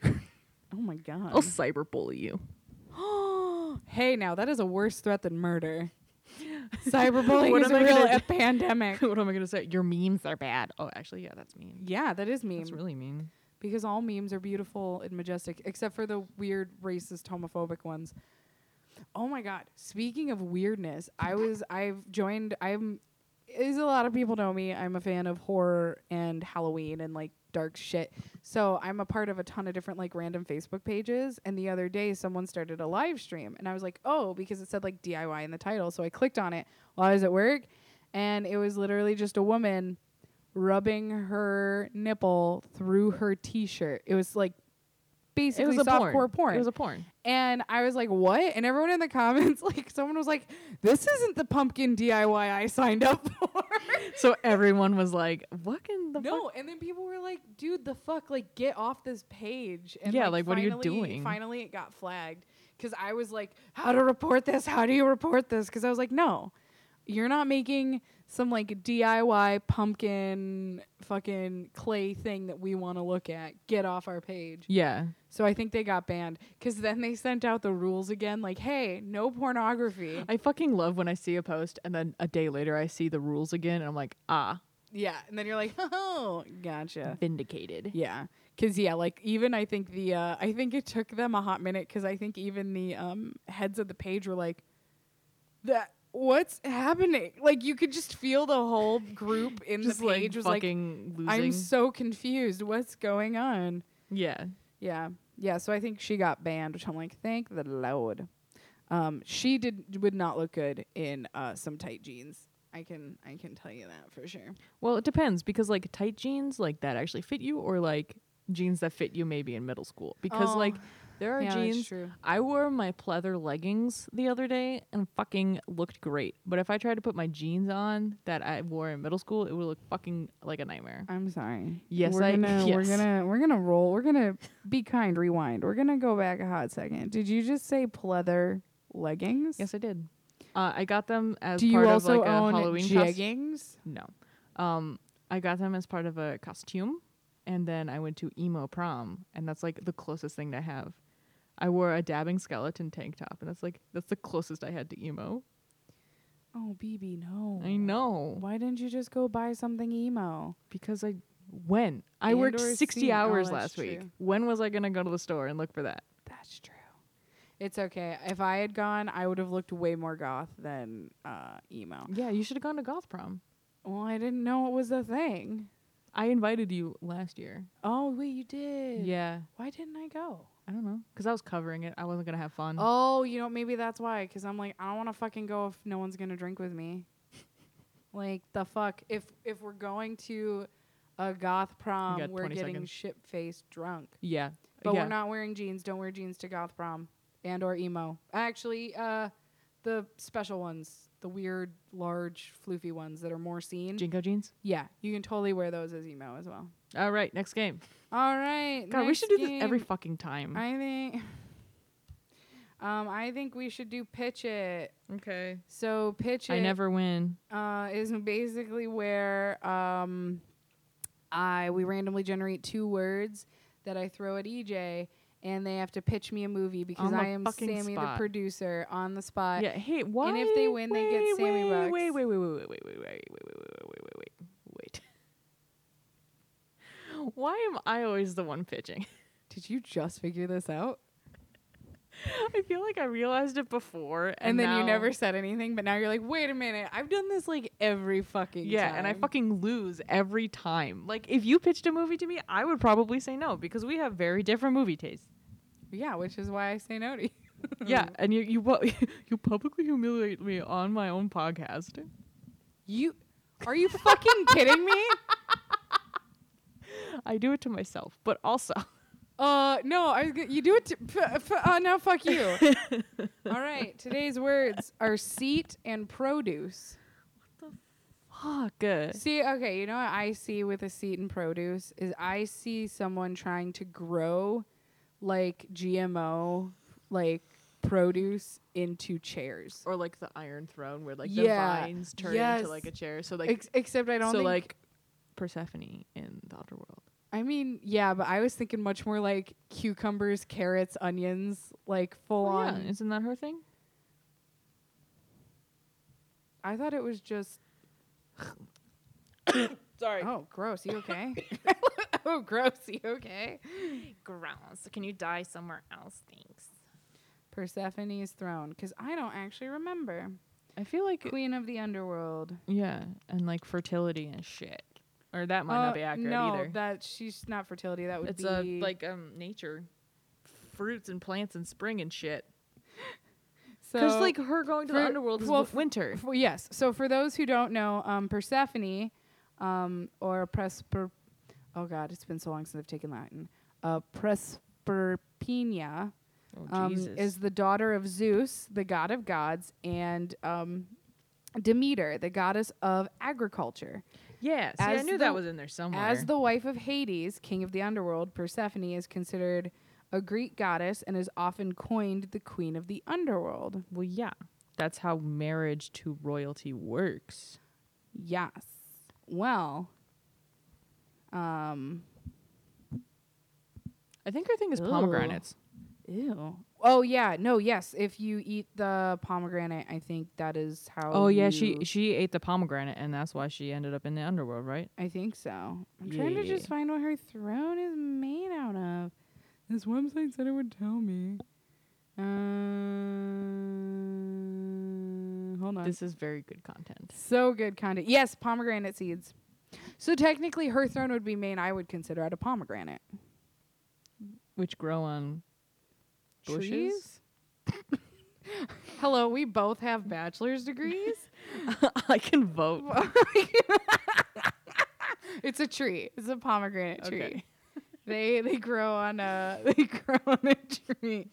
A: Oh my god.
B: I'll cyberbully you.
A: hey, now that is a worse threat than murder. Cyberbullying
B: What
A: is
B: am I
A: real
B: gonna
A: a
B: do?
A: pandemic.
B: what am I gonna say? Your memes are bad. Oh, actually, yeah, that's mean.
A: Yeah, that is meme.
B: That's really mean.
A: because all memes are beautiful and majestic, except for the weird racist homophobic ones. Oh my god! Speaking of weirdness, I was I've joined I'm as a lot of people know me. I'm a fan of horror and Halloween and like dark shit. So I'm a part of a ton of different like random Facebook pages. And the other day, someone started a live stream, and I was like, oh, because it said like DIY in the title, so I clicked on it while I was at work, and it was literally just a woman rubbing her nipple through her t-shirt. It was like basically softcore porn.
B: It was a porn.
A: and I was like, "What?" And everyone in the comments, like, someone was like, "This isn't the pumpkin DIY I signed up for."
B: So everyone was like, "What in the
A: no,
B: fuck?"
A: and then people were like, "Dude, the fuck, like, get off this page." And
B: Yeah, like, what are you
A: finally-
B: doing?
A: Finally, it got flagged because I was like, "How to report this? How do you report this?" Because I was like, "No, you're not making." Some like DIY pumpkin fucking clay thing that we want to look at. Get off our page.
B: Yeah.
A: So I think they got banned because then they sent out the rules again, like, hey, no pornography.
B: I fucking love when I see a post and then a day later I see the rules again and I'm like, ah,
A: yeah. And then you're like, oh, gotcha.
B: vindicated.
A: Yeah. Cause yeah, like even I think the uh, I think it took them a hot minute because I think even the um, heads of the page were like, that what's happening? Like you could just feel the whole group in
B: Just
A: the page
B: like
A: was like,
B: fucking losing.
A: I'm so confused. What's going on?
B: yeah.
A: Yeah. Yeah. So I think she got banned, which I'm like, thank the Lord. Um, she did would not look good in uh, some tight jeans. I can I can tell you that for sure.
B: Well, it depends because like tight jeans like that actually fit you or like jeans that fit you maybe in middle school because
A: Oh.
B: like there are
A: Yeah, that's
B: jeans
A: true.
B: I wore my pleather leggings the other day and fucking looked great. But if I tried to put my jeans on that I wore in middle school, it would look fucking like a nightmare.
A: I'm sorry.
B: Yes,
A: we're
B: I-
A: gonna, We're
B: yes.
A: gonna we're gonna roll. We're gonna be kind. Rewind. We're gonna go back a hot second. Did you just say pleather leggings?
B: Yes, I did. Uh, I got them as
A: Do
B: part
A: you also
B: of like
A: own
B: a Halloween costume.
A: jeggings?
B: No. Um, I got them as part of a costume, and then I went to emo prom, and that's like the closest thing I have. I wore a dabbing skeleton tank top, and that's like that's the closest I had to emo.
A: Oh, BB, no.
B: I know
A: Why didn't you just go buy something emo?
B: because I when I worked
A: Indoor
B: sixty
A: scene. Oh,
B: hours
A: that's
B: last week.
A: true.
B: When was I gonna go to the store and look for that?
A: That's true. It's okay. If I had gone, I would have looked way more goth than uh, emo.
B: Yeah, you should have gone to goth prom.
A: Well, I didn't know it was a thing.
B: I invited you last year.
A: Oh, wait, you did.
B: Yeah,
A: Why didn't I go?
B: I don't know, cause I was covering it. I wasn't gonna have fun.
A: Oh, you know, maybe that's why. Because I'm like, I don't want to fucking go if no one's gonna drink with me. like the fuck. If if we're going to a goth prom,
B: got
A: we're
B: 20
A: getting
B: seconds.
A: shit faced drunk.
B: Yeah,
A: But
B: yeah.
A: we're not wearing jeans. Don't wear jeans to goth prom and or emo. Actually, uh, the special ones, the weird, large, floofy ones that are more seen.
B: Jinko jeans.
A: yeah, you can totally wear those as emo as well.
B: All Oh, right, next game.
A: All right,
B: God, we
A: next
B: should do this every
A: game.
B: fucking time.
A: I think. Um, I think we should do pitch it.
B: okay.
A: So pitch it
B: I never win.
A: uh, is basically where um, I we randomly generate two words that I throw at EJ, and they have to pitch me a movie because
B: the
A: I am
B: fucking
A: Sammy the
B: spot.
A: producer on the spot.
B: yeah. Hey, why?
A: if they win, they get
B: wait,
A: Sammy
B: wait,
A: bucks.
B: Wait, wait, wait, wait, wait, wait, wait, wait, wait, wait, wait, wait, wait. Why am I always the one pitching?
A: Did you just figure this out?
B: I feel like I realized it before, and,
A: And, then you
B: now-
A: never said anything, but now you're like, wait a minute, I've done this like every fucking
B: Yeah, and I
A: time."
B: fucking lose every time. Like, if you pitched a movie to me, I would probably say no because we have very different movie tastes.
A: yeah, which is why I say no to you.
B: yeah, and you you pu- you publicly humiliate me on my own podcast.
A: You are you fucking kidding me?
B: I do it to myself, but also
A: Uh, no, I was go- you do it. To, f- f- uh, no, fuck you. All right, today's words are seat and produce. Ah,
B: fuck. uh,
A: See, okay, you know what I see with a seat and produce is I see someone trying to grow like GMO, like produce into chairs.
B: or like the Iron Throne, where like
A: Yeah,
B: the vines turn
A: yes.
B: into like a chair. So like,
A: Ex- except I don't
B: so
A: think.
B: like Persephone in the Outer World.
A: I mean, yeah, but I was thinking much more like cucumbers, carrots, onions, like full
B: Well,
A: on.
B: Oh, yeah, isn't that her thing?
A: I thought it was just
B: Sorry.
A: Oh, gross. You okay? oh, gross. You okay?
B: Gross. Can you die somewhere else? Thanks.
A: Persephone's throne, because I don't actually remember.
B: I feel like
A: Queen of the underworld.
B: yeah, and like fertility and shit, or that might
A: Uh,
B: not be accurate
A: no,
B: either.
A: that she's not fertility. That would
B: it's
A: be
B: a like um nature, fruits and plants and spring and shit. Because
A: so-
B: like her going to
A: for-
B: the underworld is
A: well,
B: w-
A: f-
B: winter.
A: f- yes. So for those who don't know, um, Persephone, um, or Presper. Oh God, it's been so long since I've taken Latin. Uh, Presperpenia.
B: oh
A: um,
B: Jesus.
A: is the daughter of Zeus, the god of gods, and um, Demeter, the goddess of agriculture.
B: yeah. See, I
A: as
B: knew
A: the-
B: that was in there somewhere.
A: As the wife of Hades, king of the underworld, Persephone is considered a Greek goddess and is often coined the queen of the underworld.
B: well, yeah. That's how marriage to royalty works.
A: Yes. Well, um,
B: I think her thing is
A: Ooh.
B: pomegranates.
A: ew. Oh yeah, no, yes. If you eat the pomegranate, I think that is how.
B: Oh yeah, she
A: you-
B: she ate the pomegranate, and that's why she ended up in the underworld, right?
A: I think so. I'm trying to
B: Yeah.
A: just find what her throne is made out of. This website said it would tell me. Uh, hold on.
B: This is very good content.
A: so good content. Yes, pomegranate seeds. So technically, her throne would be made. I would consider out of pomegranate
B: Which grow on bushes.
A: Trees? Hello, we both have bachelor's degrees.
B: I can vote.
A: it's a tree. It's a pomegranate tree.
B: Okay.
A: They they grow on a they grow on a tree.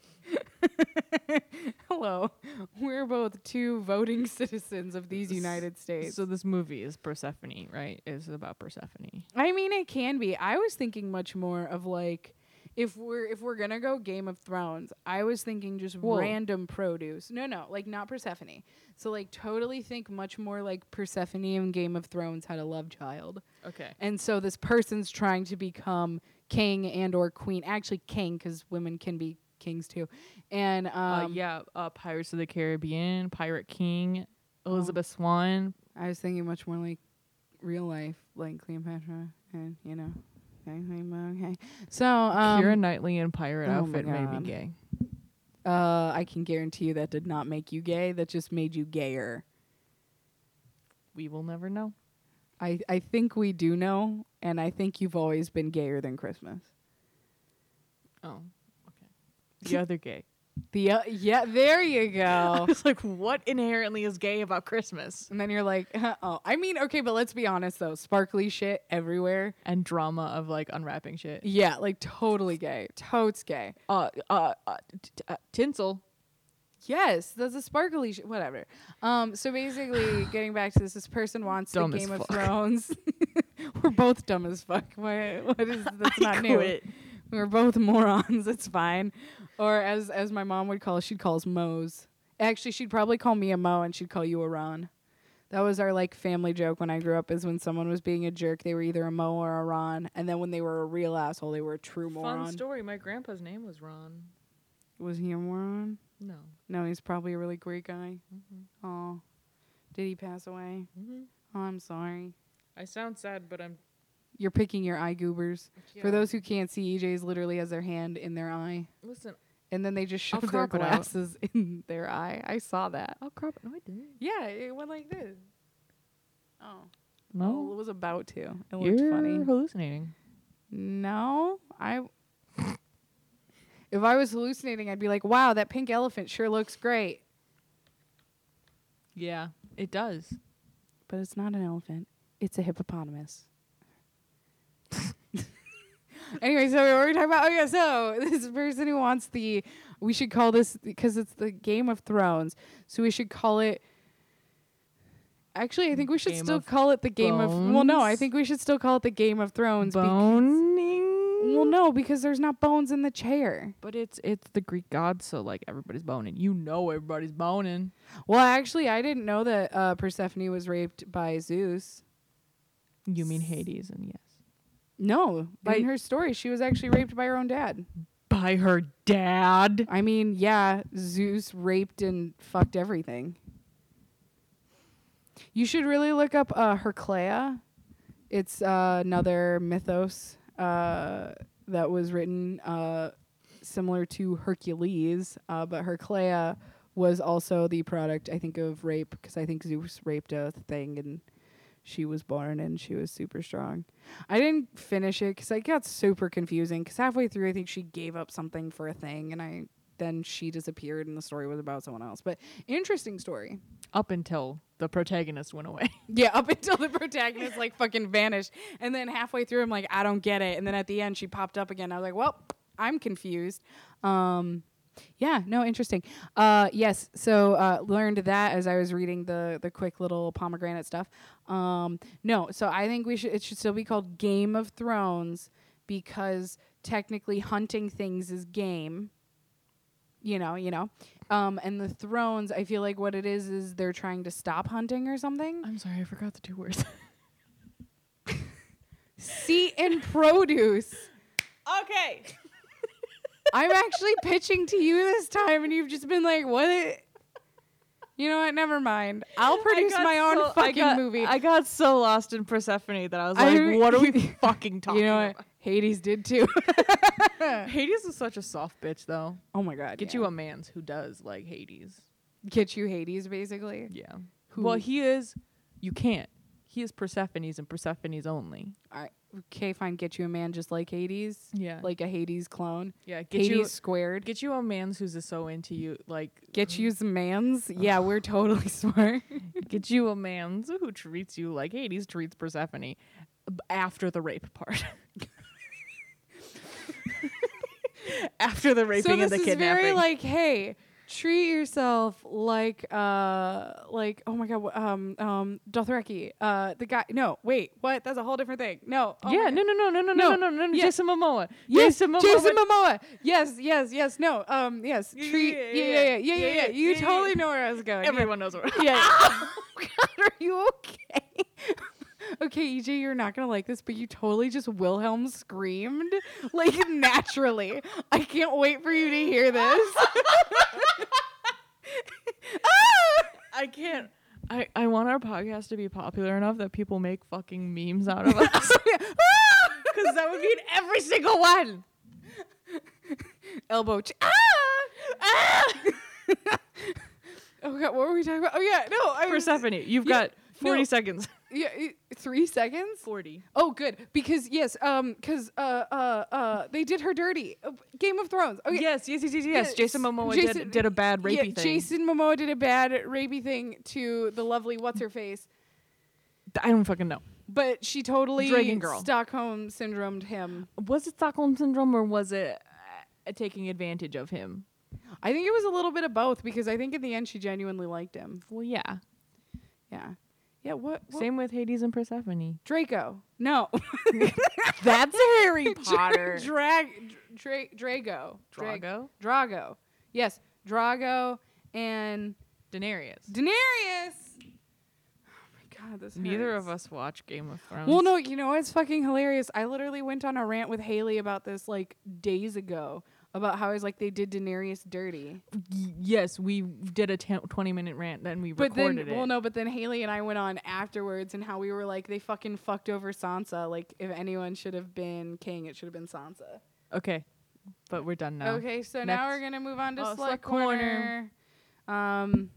A: Hello, we're both two voting citizens of these United States.
B: So this movie is Persephone, right? Is about Persephone.
A: I mean, it can be. I was thinking much more of like if we're if we're gonna go Game of Thrones, I was thinking just
B: Whoa.
A: random produce. No, no, like not Persephone. So like totally think much more like Persephone and Game of Thrones had a love child,
B: Okay.
A: and so this person's trying to become king and or queen. Actually, king because women can be kings too, and um,
B: uh, yeah, uh, Pirates of the Caribbean, Pirate King, Elizabeth Swan.
A: I was thinking much more like real life, like Cleopatra, and you know. Okay, okay. So, um,
B: Kira Knightley in pirate
A: oh my
B: outfit made me
A: God.
B: gay.
A: Uh, I can guarantee you that did not make you gay. That just made you gayer.
B: We will never know.
A: I, I think we do know, and I think you've always been gayer than Christmas.
B: Oh, okay. The other gay.
A: The uh, yeah, there you
B: I
A: go.
B: was like, what inherently is gay about Christmas?
A: and then you're like, oh, I mean, okay, but let's be honest though, sparkly shit everywhere.
B: And drama of like unwrapping shit.
A: Yeah, like totally gay, totes gay.
B: Uh, uh, uh, t- t- uh tinsel.
A: Yes, that's a sparkly sh- whatever. Um, so basically, getting back to this, this person wants
B: Dumb
A: the
B: as
A: Game of
B: fuck.
A: Thrones. We're both dumb as fuck. Why what is that's
B: I
A: not new.
B: quit.
A: We're both morons. It's fine. Or as as my mom would call, us, she'd call us Mo's. Actually, she'd probably call me a Mo, and she'd call you a Ron. That was our like family joke when I grew up. Is when someone was being a jerk, they were either a Mo or a Ron, and then when they were a real asshole, they were a true moron.
B: Fun story. My grandpa's name was Ron.
A: Was he a moron?
B: No.
A: No, he's probably a really great guy.
B: Mm-hmm.
A: Oh, did he pass away? Oh, I'm sorry.
B: I sound sad, but I'm.
A: You're picking your eye goobers.
B: Yeah.
A: For those who can't see, EJ's literally has their hand in their eye,
B: Listen,
A: and then they just shove their
B: crop it out.
A: glasses in their eye. I saw that.
B: I'll crop it. No, I didn't.
A: Yeah, it went like this. Oh, well, it
B: No.
A: was about to. It looked
B: You're
A: funny.
B: hallucinating.
A: No, I. if I was hallucinating, I'd be like, "Wow, that pink elephant sure looks great,"
B: Yeah, it does.
A: but it's not an elephant. It's a hippopotamus. anyway, so what were we talking about? Oh yeah, so this person who wants the, we should call this because it's the Game of Thrones. So we should call it. Actually, I think we should
B: Game
A: still
B: of
A: call it the Game of. Well, no, I
B: Bones?
A: think we should still call it the Game of Thrones. bec-
B: Boning.
A: well, no, because there's not bones in the chair.
B: But it's it's the Greek gods, so like everybody's boning. You know everybody's boning.
A: Well, actually, I didn't know that uh, Persephone was raped by Zeus.
B: You mean Hades and yes.
A: No,
B: By-
A: in her story, she was actually raped by her own dad.
B: By her dad.
A: I mean, yeah, Zeus raped and fucked everything. You should really look up uh, Herclea. It's uh, another mythos uh, that was written uh, similar to Hercules, uh, but Herclea was also the product, I think, of rape because I think Zeus raped a thing and she was born and she was super strong. I didn't finish it because it got super confusing. Because halfway through, I think she gave up something for a thing, and I then she disappeared, and the story was about someone else. But interesting story.
B: Up until the protagonist went away.
A: Yeah, up until the protagonist like fucking vanished, and then halfway through, I'm like, I don't get it. And then at the end, she popped up again. I was like, well, I'm confused. Um, yeah, no, interesting. Uh, yes, so uh, learned that as I was reading the the quick little pomegranate stuff. Um, no, so I think we should it should still be called Game of Thrones because technically hunting things is game you know, you know. Um, and the thrones, I feel like what it is is they're trying to stop hunting or something.
B: I'm sorry, I forgot the two words.
A: Seat and produce.
B: okay.
A: I'm actually pitching to you this time, and you've just been like, "What?" You know what? Never mind. I'll produce my own fucking movie.
B: I got so lost in Persephone that I was
A: I
B: like,
A: re-
B: what are we fucking talking
A: you know what?
B: about?
A: Hades did too.
B: Hades is such a soft bitch though.
A: oh my god.
B: Get
A: yeah.
B: you a man's who does like Hades.
A: get you Hades basically.
B: Yeah.
A: Who-
B: Well, he is. You can't. He is Persephone's and Persephone's only.
A: All right. Okay, fine. Get you a man just like Hades.
B: Yeah. Like
A: Like a Hades clone.
B: yeah. Get
A: Hades
B: you
A: squared.
B: get you a man's who's just so into you. Like
A: Get you some mans. Yeah, we're totally smart.
B: get you a man's who treats you like Hades treats Persephone. b- After the rape part. After the raping
A: so this
B: and the
A: is
B: kidnapping.
A: very like, hey, treat yourself like, uh, like oh my god, wh- um, um, Dothraki, uh, the guy. No, wait, what? That's a whole different thing. No, oh my
B: yeah,
A: God.
B: no, no, no, no, no, no,
A: No,
B: no, no, no.
A: yeah.
B: Jason Momoa.
A: Yes,
B: Jason Momoa.
A: Jason Momoa. Yes, yes, yes. No, um, yes.
B: Yeah,
A: Treat.
B: yeah,
A: Yeah,
B: yeah,
A: yeah, yeah, yeah,
B: yeah,
A: yeah.
B: yeah,
A: You
B: yeah, yeah.
A: totally know where I was going.
B: Everyone knows what.
A: Yeah. yeah. Oh, God, are you okay? okay, EJ, you're not gonna like this, but you totally just Wilhelm screamed like naturally. I can't wait for you to hear this.
B: I can't. I, I want our podcast to be popular enough that people make fucking memes out of us. Because that would be in every single one.
A: Elbow. ch- ah! Ah! Oh god, what were we talking about? Oh yeah, no, I was,
B: Persephone, you've
A: Yeah,
B: got 40
A: no.
B: seconds.
A: yeah, y- three seconds.
B: 40.
A: Oh, good because yes, um, because uh, uh, uh, they did her dirty. Uh, Game of Thrones. Okay.
B: Yes, yes, yes, yes,
A: Yeah,
B: yes. Jason Momoa
A: Jason-
B: did, did a bad rapey
A: yeah,
B: thing.
A: Jason Momoa did a bad rapey thing to the lovely what's her face,
B: I don't fucking know.
A: but she totally
B: Dragon girl.
A: Stockholm syndromed him.
B: Was it Stockholm syndrome or was it uh, taking advantage of him?
A: I think it was a little bit of both because I think in the end she genuinely liked him.
B: Well, yeah.
A: Yeah, yeah. What, what
B: Same with Hades and Persephone.
A: Draco? No,
B: That's Harry
A: Drag Dra- Drago. Drag-
B: Drago?
A: Drago. Yes, Drago and
B: Daenerys.
A: Daenerys. Oh my god, this.
B: Neither
A: hurts.
B: of us watch Game of Thrones.
A: Well, no, you know what's fucking hilarious? I literally went on a rant with Haley about this like days ago about how I was like they did Daenerys dirty,
B: Y- yes, we did a ten- 20 minute rant, then we
A: but then
B: recorded it.
A: well no, but then Haley and I went on afterwards and how we were like they fucking fucked over Sansa. Like if anyone should have been king, it should have been Sansa.
B: Okay, but we're done now.
A: Okay, so now
B: now Oh, Next.
A: we're
B: we're
A: gonna move on to
B: to Oh,
A: select,
B: Slut Slut
A: corner.
B: Corner.
A: Um.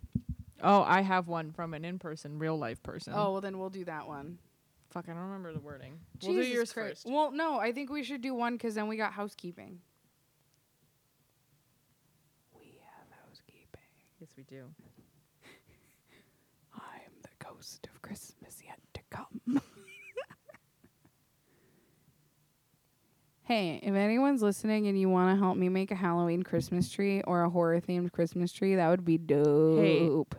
B: Oh, I have one from an in person, real life person.
A: Oh well, then we'll do that one.
B: fuck, I don't remember the wording. we'll do yours first.
A: Well, no, I think we should do one because then we got housekeeping. We have housekeeping.
B: Yes, we do.
A: I'm the ghost of Christmas yet to come. hey, if anyone's listening and you want to help me make a Halloween Christmas tree or a horror themed Christmas tree, that would be dope.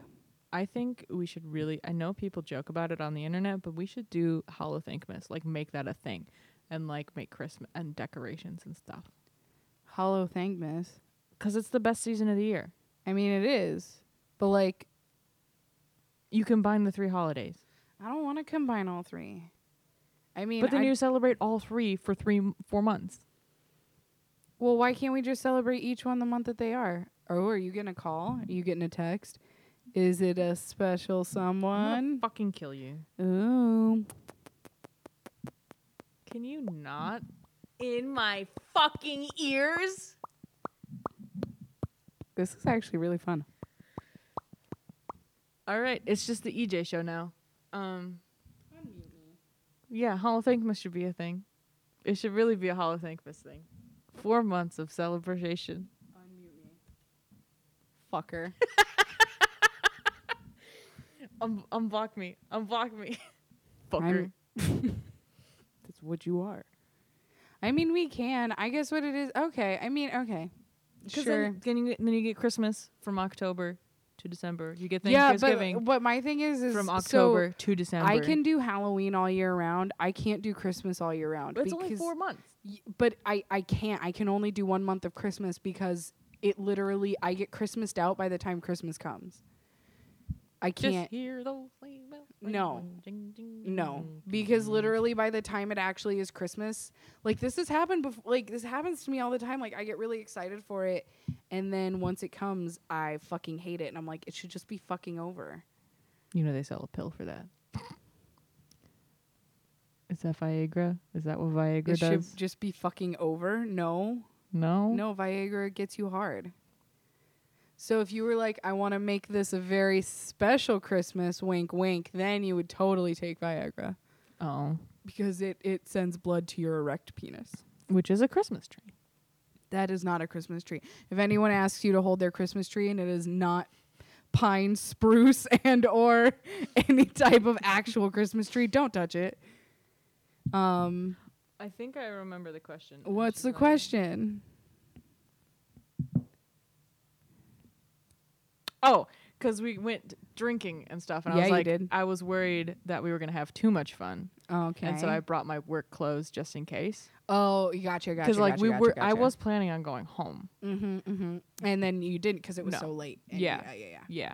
B: I think we should really. I know people joke about it on the internet, but we should do Holothangmas, like make that a thing, and like make Christmas and decorations and stuff.
A: Hollow Thankmas.
B: Cause it's the best season of the year.
A: I mean, it is, but like,
B: You combine the three holidays,
A: I don't want to combine all three. I mean,
B: but then
A: I-
B: you celebrate all three for three m- four months.
A: Well, why can't we just celebrate each one the month that they are? Oh, are you getting a call? Are you getting a text? Is it a special
B: I'm gonna
A: someone?
B: fucking kill you.
A: Ooh.
B: Can you not? In my fucking ears.
A: This is actually really fun.
B: All right, it's just the EJ show now. Um, yeah, Holocaust should be a thing. It should really be a Holocaust thing. Four months of celebration.
A: Fucker.
B: Un- Um, unblock me. Unblock me. Fucker.
A: I'm- That's what you are. I mean, we can. I guess what it is. Okay. I mean, okay.
B: 'Cause
A: Sure.
B: Then, then, you get, then you get Christmas from October to December. You get
A: yeah, but
B: Thanksgiving
A: what my thing is is
B: from
A: so
B: October to December.
A: I can do Halloween all year round. I can't do Christmas all year round.
B: But it's only
A: because-
B: four months.
A: Y- but I I can't. I can only do one month of Christmas because it literally I get Christmased out by the time Christmas comes. I
B: Just
A: can't.
B: hear those sleigh bells ring,
A: No.
B: ring, ding, ding,
A: No,
B: ding.
A: because literally by the time it actually is Christmas, like this has happened before. Like this happens to me all the time. Like I get really excited for it, and then once it comes, I fucking hate it, and I'm like, it should just be fucking over.
B: You know they sell a pill for that. Is that Viagra? Is that what Viagra
A: It
B: does?
A: should just be fucking over. No,
B: no.
A: No, Viagra gets you hard. So if you were like, I want to make this a very special Christmas, wink, wink, then you would totally take Viagra
B: Oh,
A: because it, it sends blood to your erect penis.
B: which is a Christmas tree.
A: That is not a Christmas tree. If anyone asks you to hold their Christmas tree and it is not pine, spruce, and or any type of actual Christmas tree, don't touch it. Um,
B: I think I remember the question.
A: what's the question?
B: Oh, because we went drinking and stuff, and
A: Yeah,
B: I was
A: you
B: like,
A: did.
B: I was worried that we were gonna have too much fun,
A: Okay.
B: and so I brought my work clothes just in case.
A: oh, you gotcha, gotcha.
B: Because like
A: gotcha,
B: we
A: gotcha,
B: were, I
A: gotcha.
B: was planning on going home.
A: Mm-hmm, mm-hmm. And then you didn't because it was
B: No.
A: so late. And uh,
B: Yeah.
A: yeah, yeah, yeah.
B: Yeah,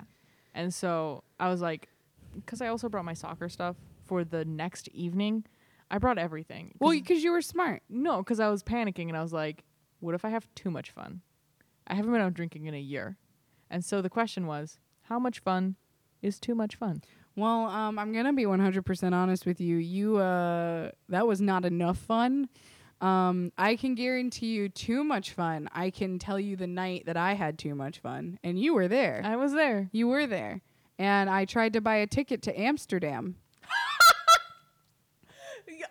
B: and so I was like, because I also brought my soccer stuff for the next evening. I brought everything. 'cause
A: Well, because you were smart.
B: No, because I was panicking and I was like, what if I have too much fun? I haven't been out drinking in a year. And so the question was, how much fun is too much fun?
A: Well, um, I'm gonna be 100% honest with you. You, uh, that was not enough fun. Um, I can guarantee you too much fun. I can tell you the night that I had too much fun, and you were there.
B: I was there.
A: you were there, and I tried to buy a ticket to Amsterdam.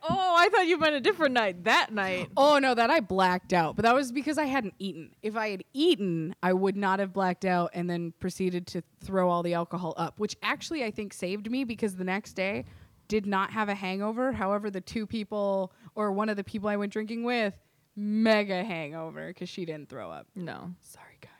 B: Oh, I thought you meant a different night. That night.
A: Oh no, that I blacked out, but that was because I hadn't eaten. If I had eaten, I would not have blacked out and then proceeded to throw all the alcohol up, which actually I think saved me because the next day did not have a hangover. However, the two people or one of the people I went drinking with, mega hangover because she didn't throw up.
B: No.
A: Sorry, Kaya.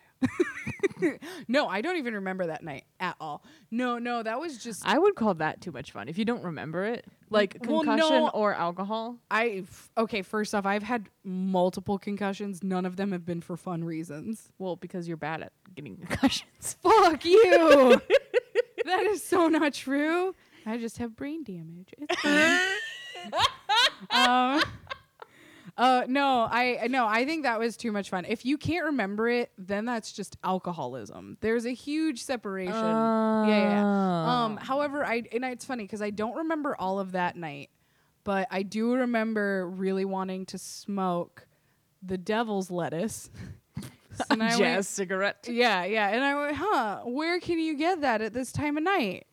A: no, I don't even remember that night at all. No, no, that was just
B: I would call that too much fun if you don't remember it. Like
A: Well,
B: concussion
A: no.
B: or alcohol.
A: I f- okay, first off, I've had multiple concussions. None of them have been for fun reasons.
B: Well, because you're bad at getting concussions.
A: Fuck you. that is so not true. I just have brain damage. It's fine. um, uh, no, I no, I think that was too much fun. If you can't remember it, then that's just alcoholism. There's a huge separation. Yeah, yeah, yeah. Um, however, I and it's funny because I don't remember all of that night, but I do remember really wanting to smoke the devil's lettuce. And I
B: Jazz
A: went-
B: cigarette.
A: yeah, yeah. And I went, huh, where can you get that at this time of night?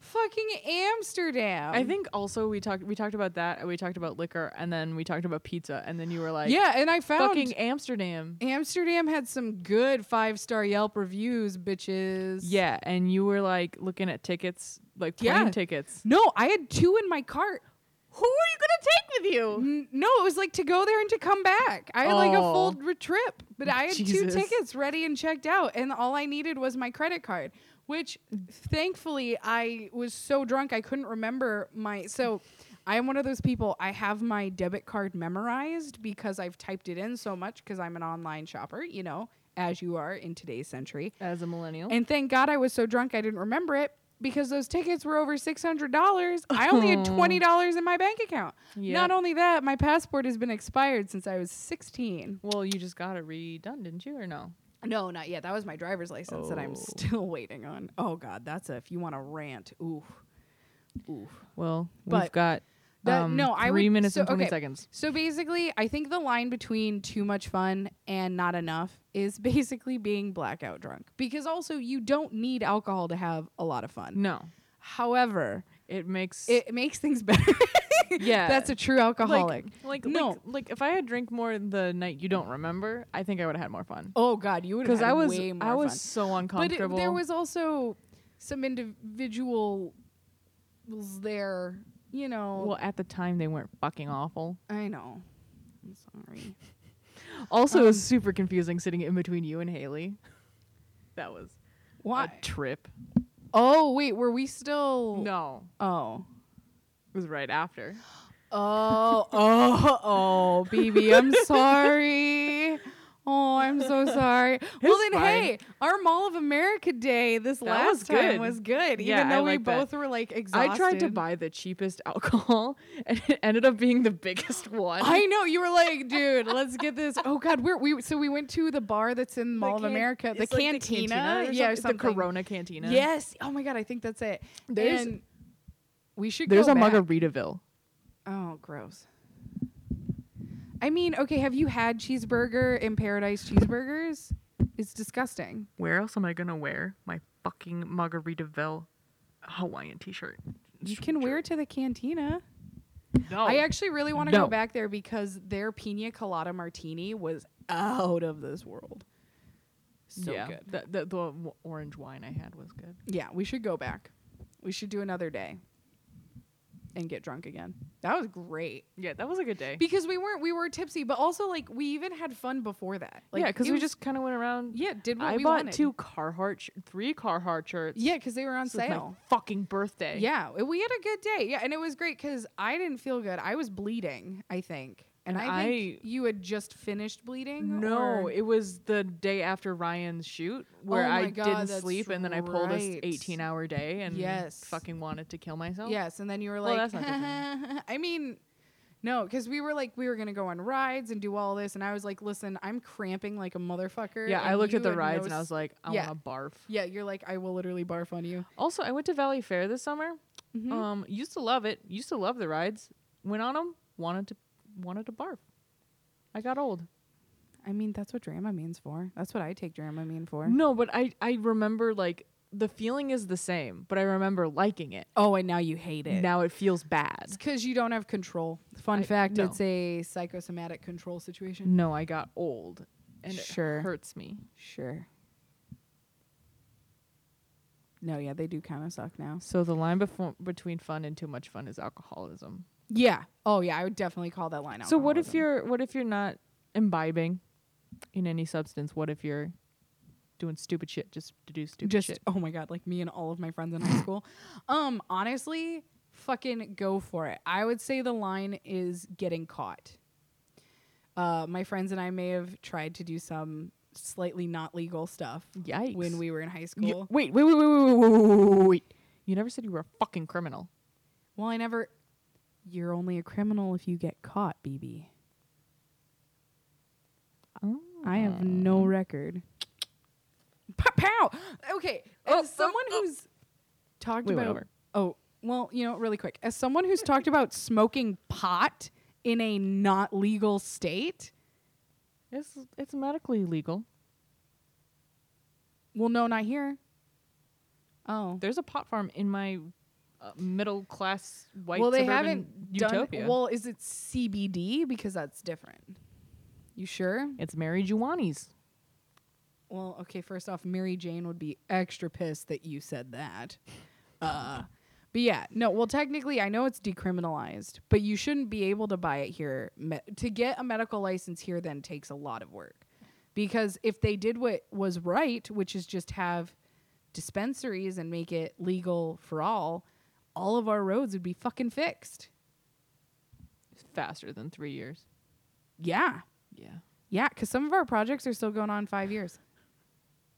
A: Fucking Amsterdam.
B: I think also we talked we talked about that and we talked about liquor and then we talked about pizza and then you were like
A: yeah, and I found
B: fucking Amsterdam.
A: Amsterdam had some good five star Yelp reviews, bitches.
B: Yeah, and you were like looking at tickets, like plane
A: Yeah.
B: tickets.
A: No, I had two in my cart.
B: Who are you gonna take with you?
A: N- No, it was like to go there and to come back. I had like a full
B: Oh.
A: r- trip, but I had two
B: Jesus.
A: tickets ready and checked out, and all I needed was my credit card, which thankfully I was so drunk I couldn't remember my. So I am one of those people, I have my debit card memorized because I've typed it in so much because I'm an online shopper, you know, as you are in today's century.
B: As a millennial.
A: And thank God I was so drunk I didn't remember it because those tickets were over six hundred dollars. I only had twenty dollars in my bank account.
B: Yep.
A: Not only that, my passport has been expired since I was sixteen.
B: well, you just got it redone, didn't you, or no?
A: No, not yet. That was my driver's license that I'm still waiting on. Oh God, that's a if you want to rant. Ooh. Ooh.
B: Well,
A: But
B: we've got
A: that-
B: um,
A: no, I
B: three
A: would-
B: minutes
A: so,
B: and twenty
A: okay.
B: seconds.
A: So basically, I think the line between too much fun and not enough is basically being blackout drunk. Because also you don't need alcohol to have a lot of fun.
B: No,
A: However,
B: it makes
A: it makes things better.
B: Yeah.
A: that's a true alcoholic.
B: Like, like
A: no,
B: like like if I had drank more the night you don't remember, I think I would have had more fun.
A: oh god, you would
B: Because
A: because
B: I was
A: way more
B: I was
A: fun.
B: so
A: But it-
B: uncomfortable.
A: there was also some individuals there. You know,
B: well at the time they weren't fucking awful.
A: I know. I'm sorry.
B: Also, it was super confusing sitting in between you and Haley. That was
A: Why?
B: a trip.
A: oh wait, were we still?
B: No,
A: Oh.
B: it was right after.
A: Oh, oh, oh, BB, I'm sorry. Oh, I'm so sorry. well, then,
B: It's fine.
A: hey, our Mall of America day this last
B: was
A: time
B: good.
A: was good, even
B: Yeah, I
A: though we
B: like that.
A: both were like exhausted.
B: I tried to buy the cheapest alcohol, and it ended up being the biggest one.
A: I know you were like, dude, let's get this. Oh God, we're we so we went to the bar that's in Mall of
B: can-
A: America, the
B: it's like
A: cantina,
B: or
A: yeah, or
B: something.
A: something.
B: the Corona cantina.
A: Yes. Oh my God, I think that's it.
B: There's-
A: and we should.
B: there's
A: go
B: a
A: back.
B: Margaritaville.
A: Oh, gross. I mean, okay, have you had cheeseburger in Paradise Cheeseburgers? It's disgusting.
B: Where else am I gonna wear my fucking Margaritaville Hawaiian t-shirt?
A: You can wear it to the cantina.
B: No,
A: I actually really want to go
B: No.
A: back there because their pina colada martini was out of this world. So
B: yeah,
A: good.
B: The, the, the w- orange wine I had was good.
A: Yeah, we should go back. We should do another day and get drunk again. That was great.
B: Yeah, that was a good day.
A: Because we weren't we were tipsy, but also like we even had fun before that. Like
B: yeah, because
A: it
B: we
A: was-
B: just kind of went around.
A: yeah, did what
B: I
A: we
B: bought
A: wanted.
B: two Carhartt, sh- three Carhartt shirts.
A: Yeah, because they were on
B: This was
A: sale.
B: My fucking birthday.
A: Yeah, w- we had a good day. Yeah, and it was great because I didn't feel good. I was bleeding, I think, and,
B: And
A: I, think
B: I-
A: you had just finished bleeding.
B: No,
A: or-
B: it was the day after Ryan's shoot where
A: Oh my
B: I
A: God,
B: didn't
A: that's
B: sleep and then I pulled this
A: right.
B: 18 hour day and
A: Yes.
B: fucking wanted to kill myself.
A: yes, and then you were
B: Well,
A: like,
B: that's not good
A: I mean, no, because we were like, we were gonna go on rides and do all this, and I was like, listen, I'm cramping like a motherfucker.
B: Yeah, I
A: and
B: looked at
A: you
B: the
A: had
B: rides
A: no
B: and I was like, I
A: yeah.
B: want to barf.
A: yeah, you're like, I will literally barf on you.
B: Also, I went to Valley Fair this summer. Mm-hmm. Um, used to love it. Used to love the rides. Went on them. Wanted to wanted to barf. I got old.
A: I mean, that's what Dramamine's for. That's what I take Dramamine for.
B: No, but I I remember like the feeling is the same, but I remember liking it.
A: Oh, and now you hate it.
B: Now it feels bad.
A: It's because you don't have control. Fun
B: I-
A: fact:
B: no.
A: It's a psychosomatic control situation.
B: No, I got old, and
A: Sure.
B: it hurts me.
A: Sure. No, yeah, they do kind of suck now.
B: So the line before, between fun and too much fun is alcoholism.
A: Yeah. Oh, yeah. I would definitely call that line out.
B: So what if you're what if you're not imbibing in any substance? What if you're doing stupid shit just to do stupid
A: just?
B: shit?
A: Oh my god, like me and all of my friends in high school. Um, honestly, fucking go for it. I would say the line is getting caught. Uh, my friends and I may have tried to do some slightly not legal stuff
B: Yikes!
A: when we were in high
B: You-
A: school.
B: wait, wait, wait, wait, wait, wait, wait, wait, wait, wait! You never said you were a fucking criminal.
A: Well, I never. You're only a criminal if you get caught, BB. I have no
B: Oh.
A: record. Pow! pow! Okay, as
B: Oh, oh,
A: someone
B: oh.
A: who's talked
B: We went
A: about.
B: over.
A: Oh, well, you know, really quick. As someone who's talked about smoking pot in a not legal state.
B: It's it's medically illegal.
A: Well, no, not here. Oh.
B: There's a pot farm in my uh, middle class white.
A: well, they
B: suburban
A: haven't
B: utopia.
A: done. Well, is it CBD? Because that's different. You sure?
B: it's Mary Juwani's.
A: Well, okay, first off, Mary Jane would be extra pissed that you said that. Uh, but yeah, no, well, technically, I know it's decriminalized, but you shouldn't be able to buy it here. Me- to get a medical license here then takes a lot of work. Because if they did what was right, which is just have dispensaries and make it legal for all, all of our roads would be fucking fixed.
B: Faster than three years.
A: Yeah.
B: Yeah.
A: Yeah, because some of our projects are still going on five years.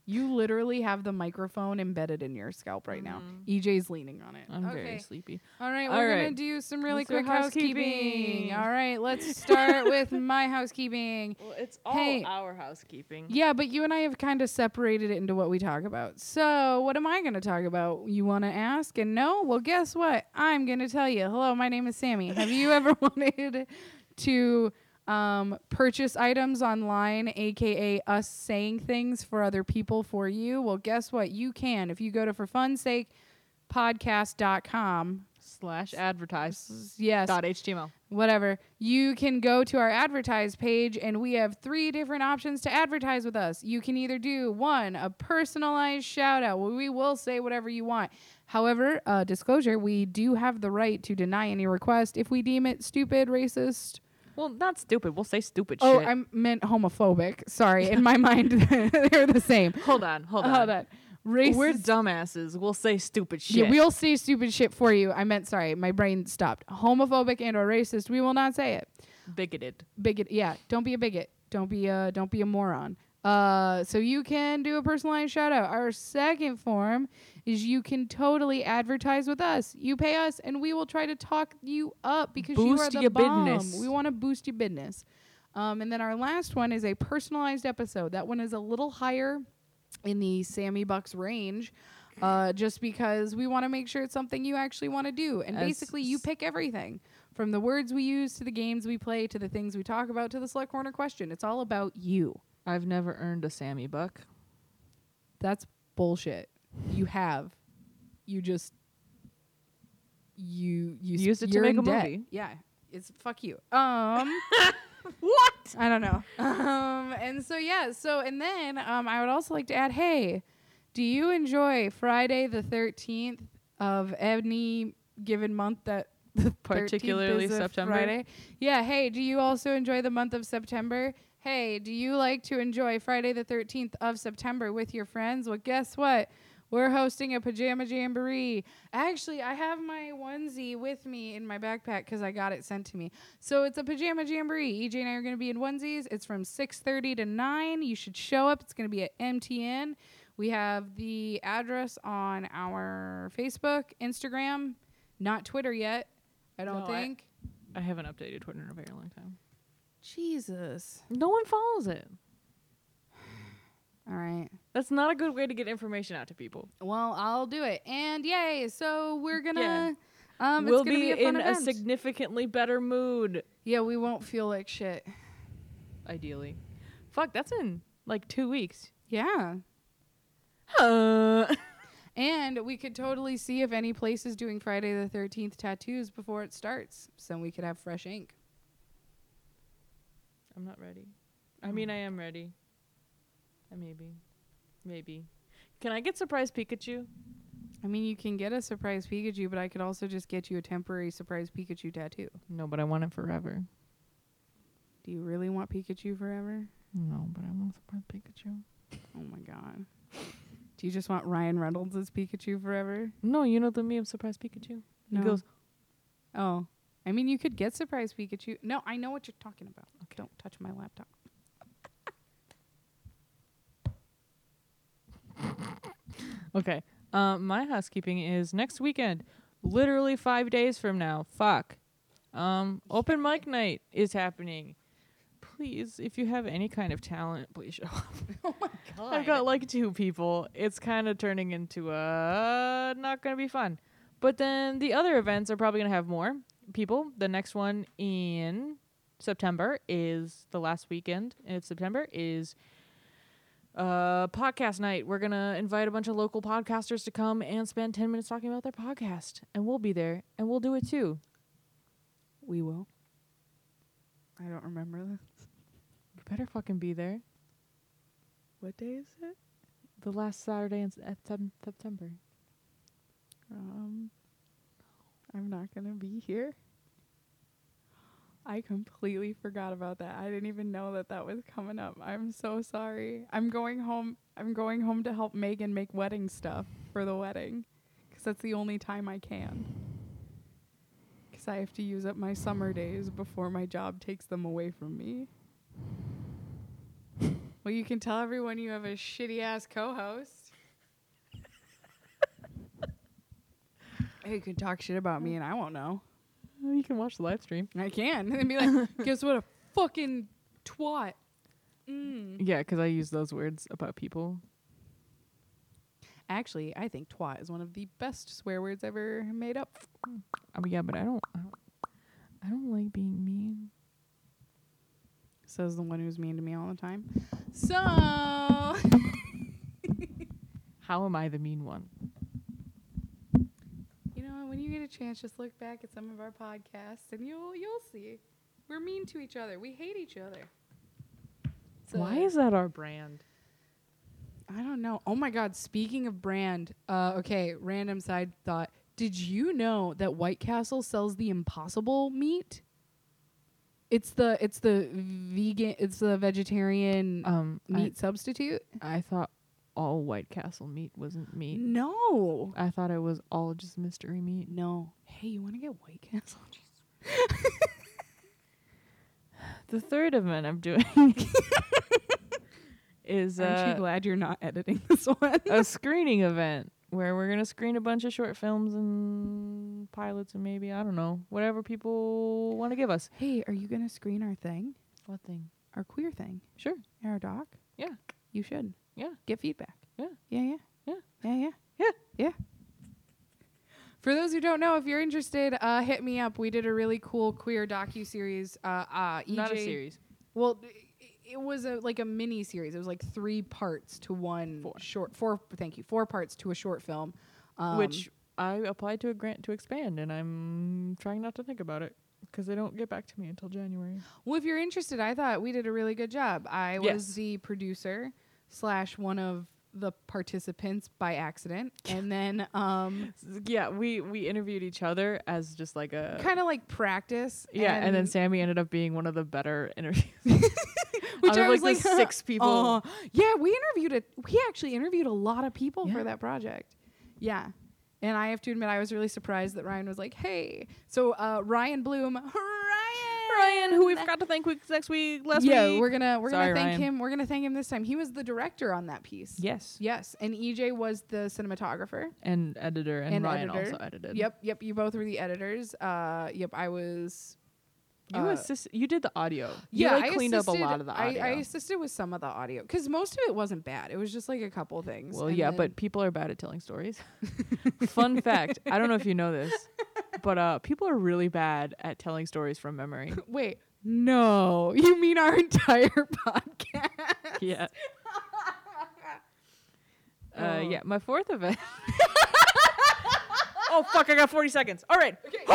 A: You literally have the microphone embedded in your scalp right now. EJ's leaning on it.
B: I'm very
A: Mm. Okay.
B: sleepy.
A: All right,
B: All
A: we're gonna
B: right.
A: do some really
B: Let's do
A: quick housekeeping.
B: housekeeping.
A: All right, let's start with my housekeeping.
B: Well, it's
A: all Hey.
B: our housekeeping.
A: Yeah, but you and I have kind of separated it into what we talk about. So, what am I going to talk about? You want to ask and no? Well, guess what? I'm going to tell you. Hello, my name is Sammy. Have you ever wanted to um, purchase items online, aka us saying things for other people for you? Well, guess what? You can if you go to for fun's sake podcast.com.
B: Slash advertise.
A: Yes,
B: Dot HTML.
A: whatever, you can go to our advertise page and we have three different options to advertise with us. You can either do one, a personalized shout out where we will say whatever you want. However, uh, disclosure, we do have the right to deny any request if we deem it stupid, racist,
B: Well, not stupid. We'll say stupid
A: oh,
B: shit.
A: I meant homophobic. Sorry, in my mind, they're the same.
B: hold on, hold on.
A: Hold on. Racist.
B: We're dumbasses. We'll say stupid shit.
A: Yeah, we'll say stupid shit for you. I meant sorry, my brain stopped. Homophobic and or racist, we will not say it.
B: bigoted.
A: bigot yeah don't be a bigot don't be a don't be a moron uh so you can do a personalized shout out our second form is you can totally advertise with us you pay us and we will try to talk you up because you are
B: Boost
A: the
B: your
A: bomb
B: business.
A: we want to boost your business um and then our last one is a personalized episode that one is a little higher in the sammy bucks range uh, just because we want to make sure it's something you actually want to do and
B: As-
A: basically you pick everything from the words we use to the games we play to the things we talk about to the select corner question. It's all about you.
B: I've never earned a Sammy buck.
A: That's bullshit. You have. You just you you s-
B: Used it to
A: you're
B: make
A: in
B: a
A: debt.
B: movie.
A: Yeah. It's fuck you. Um
B: What?
A: I don't know. Um, and so yeah, so and then um, I would also like to add, hey, do you enjoy Friday the thirteenth of any given month that the 13th
B: Particularly
A: is a
B: September?
A: Friday? Yeah. Hey, do you also enjoy the month of September? Hey, do you like to enjoy Friday the thirteenth of September with your friends? Well, guess what. We're hosting a pajama jamboree. Actually, I have my onesie with me in my backpack because I got it sent to me. So it's a pajama jamboree. EJ and I are going to be in onesies. It's from 6:30 to 9. You should show up. It's going to be at MTN. We have the address on our Facebook, Instagram, not Twitter yet. I don't
B: No, I-
A: think.
B: I haven't updated Twitter in a very long time.
A: Jesus.
B: No one follows it.
A: All right.
B: That's not a good way to get information out to people.
A: Well, I'll do it. And yay! So we're gonna. Um,
B: we'll
A: it's gonna be, a fun
B: in
A: event.
B: a significantly better mood.
A: yeah, we won't feel like shit.
B: ideally. Fuck, that's in like two weeks.
A: Yeah.
B: Huh.
A: And we could totally see if any place is doing Friday the 13th tattoos before it starts. So we could have fresh ink.
B: I'm not ready. I mean, I am ready. Uh, Maybe. Maybe. Can I get surprise Pikachu?
A: I mean, you can get a surprise Pikachu, but I could also just get you a temporary surprise Pikachu tattoo.
B: No, but I want it forever.
A: Do you really want Pikachu forever?
B: No, but I want surprise Pikachu.
A: Oh my God. Do you just want Ryan Reynolds as Pikachu forever?
B: No, you know the meme of surprise Pikachu.
A: No.
B: He goes,
A: Oh. I mean, you could get surprise Pikachu. No, I know what you're talking about. Don't touch my laptop.
B: okay. Uh, my housekeeping is next weekend, literally five days from now. Fuck. Um, open mic night is happening. Please, if you have any kind of talent, please show up.
A: Oh God.
B: I've got like two people. It's kind of turning into uh not gonna be fun. But then the other events are probably gonna have more people. The next one in September is the last weekend of September is uh podcast night. We're gonna invite a bunch of local podcasters to come and spend ten minutes talking about their podcast. And we'll be there and we'll do it too.
A: We will. I don't remember this.
B: You better fucking be there.
A: What day is it?
B: The last Saturday in Septem- September.
A: Um, I'm not gonna be here. I completely forgot about that. I didn't even know that that was coming up. I'm so sorry. I'm going home. I'm going home to help Megan make wedding stuff for the wedding, 'cause that's the only time I can. 'Cause I have to use up my summer days before my job takes them away from me. Well, you can tell everyone you have a shitty ass co-host. You can talk shit about me, and I won't know.
B: Oh, You can watch the live stream.
A: I can. And be like, guess what? A fucking twat. Mm.
B: Yeah, because I use those words about people.
A: Actually, I think twat is one of the best swear words ever made up.
B: I mean, yeah, Uh, but I don't, I don't, I don't like being mean.
A: Says the one who's mean to me all the time. So,
B: How am I the mean one?
A: you know, when you get a chance, just look back at some of our podcasts, and you'll you'll see we're mean to each other. We hate each other. So-
B: Why is that our brand?
A: I don't know. Oh my God. Speaking of brand, uh, okay, random side thought. Did you know that White Castle sells the impossible meat? It's the it's the vegan it's the vegetarian uh,
B: Um,
A: meat substitute?
B: I, I thought all White Castle meat wasn't meat.
A: No.
B: I thought it was all just mystery meat.
A: No. Hey, you want to get White Castle?
B: The third event I'm doing is
A: Aren't you
B: uh,
A: glad you're not editing this one?
B: a screening event where we're gonna screen a bunch of short films and pilots and maybe I don't know whatever people want to give us.
A: hey, are you gonna screen our thing,
B: What thing?
A: our queer thing,
B: Sure.
A: our doc?
B: Yeah.
A: You should.
B: Yeah.
A: Get feedback.
B: Yeah.
A: Yeah, yeah.
B: Yeah.
A: Yeah, yeah.
B: Yeah.
A: Yeah. For those who don't know, if you're interested, uh, hit me up. We did a really cool queer docu series. Uh, uh, EJ,
B: Not a series.
A: Well, d- i- it was a, like a mini series. It was like three parts to one
B: Four.
A: short. Four, thank you. Four parts to a short film. Um,
B: which I applied to a grant to expand, and I'm trying not to think about it because they don't get back to me until January.
A: Well, if you're interested, I thought we did a really good job. I
B: Yes.
A: was the producer slash one of the participants by accident, and then um,
B: Yeah, we we interviewed each other as just like a
A: kind of like practice.
B: Uh, yeah, and, then Sammy ended up being one of the better interviews.
A: which
B: out
A: I
B: of,
A: was
B: like,
A: like,
B: the six people.
A: "Oh." yeah, we interviewed a we actually interviewed a lot of people
B: Yeah.
A: for that project. Yeah. And I have to admit, I was really surprised that Ryan was like, "Hey." So uh, Ryan Bloom, Ryan,
B: Ryan, who we forgot to thank week, next week, last
A: yeah,
B: week.
A: we're gonna we're
B: Sorry,
A: gonna thank
B: Ryan.
A: him. We're gonna thank him this time. He was the director on that piece.
B: yes,
A: Yes, and EJ was the cinematographer.
B: and editor and,
A: And
B: Ryan
A: editor.
B: also edited.
A: Yep, yep. You both were the editors. Uh, yep. I was.
B: you
A: uh,
B: assist. You did the audio.
A: yeah,
B: you, like,
A: I
B: cleaned up a
A: assisted-
B: lot of the audio.
A: I, I assisted with some of the audio because most of it wasn't bad. It was just like a couple things.
B: Well,
A: and
B: yeah,
A: then-
B: but people are bad at telling stories. Fun fact: I don't know if you know this, but uh, people are really bad at telling stories from memory.
A: wait, No, you mean our entire podcast?
B: yeah. Uh, yeah, my fourth event. oh fuck! I got forty seconds. All right.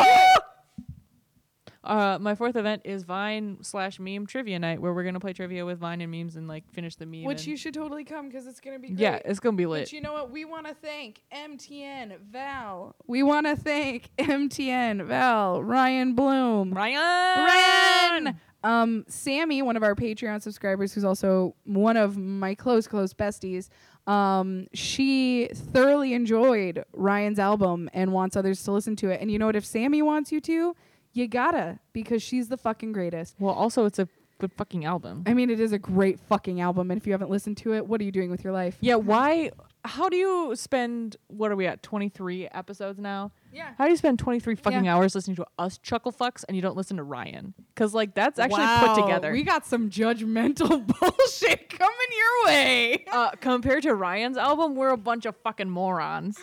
B: uh, my fourth event is Vine slash meme trivia night, where we're gonna play trivia with Vine and memes and like finish the meme.
A: Which
B: and-
A: you should totally come because it's gonna be great.
B: yeah, it's gonna be
A: But
B: lit.
A: you know what? We want to thank MTN Val. We want to thank MTN Val, Ryan Bloom,
B: Ryan.
A: Ryan. Um, Sammy, one of our Patreon subscribers, who's also one of my close, close besties, um, she thoroughly enjoyed Ryan's album and wants others to listen to it. And you know what? If Sammy wants you to, you gotta because she's the fucking greatest.
B: Well, also it's a good fucking album.
A: I mean, it is a great fucking album. And if you haven't listened to it, what are you doing with your life?
B: Yeah. Why? How do you spend? What are we at? Twenty three episodes now.
A: Yeah.
B: How do you spend 23 fucking
A: Yeah.
B: hours listening to us chuckle fucks and you don't listen to Ryan? Because, like, that's actually put
A: Wow,
B: together.
A: We got some judgmental bullshit coming your way.
B: uh, compared to Ryan's album, we're a bunch of fucking morons.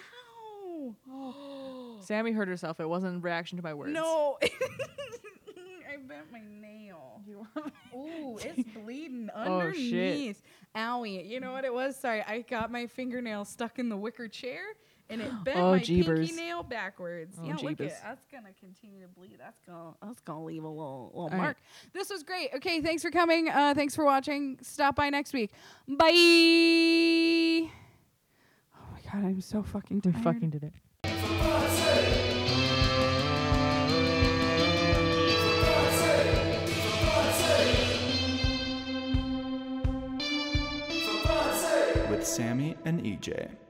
B: Sammy hurt herself. It wasn't in reaction to my words.
A: No. I bent my nail. Ooh, it's bleeding
B: Oh, shit.
A: underneath. Owie. You know what it was? Sorry, I got my fingernail stuck in the wicker chair and it bent
B: Oh,
A: my
B: jeebers.
A: pinky nail backwards.
B: Oh,
A: yeah, look
B: jeebus.
A: at that's gonna continue to bleed. That's gonna that's gonna leave a little little
B: right.
A: mark. This was great. Okay, thanks for coming. Uh thanks for watching. Stop by next week. Bye. Oh my god, I'm so fucking
B: We
A: tired.
B: fucking did it.
C: With Sammy and E EJ.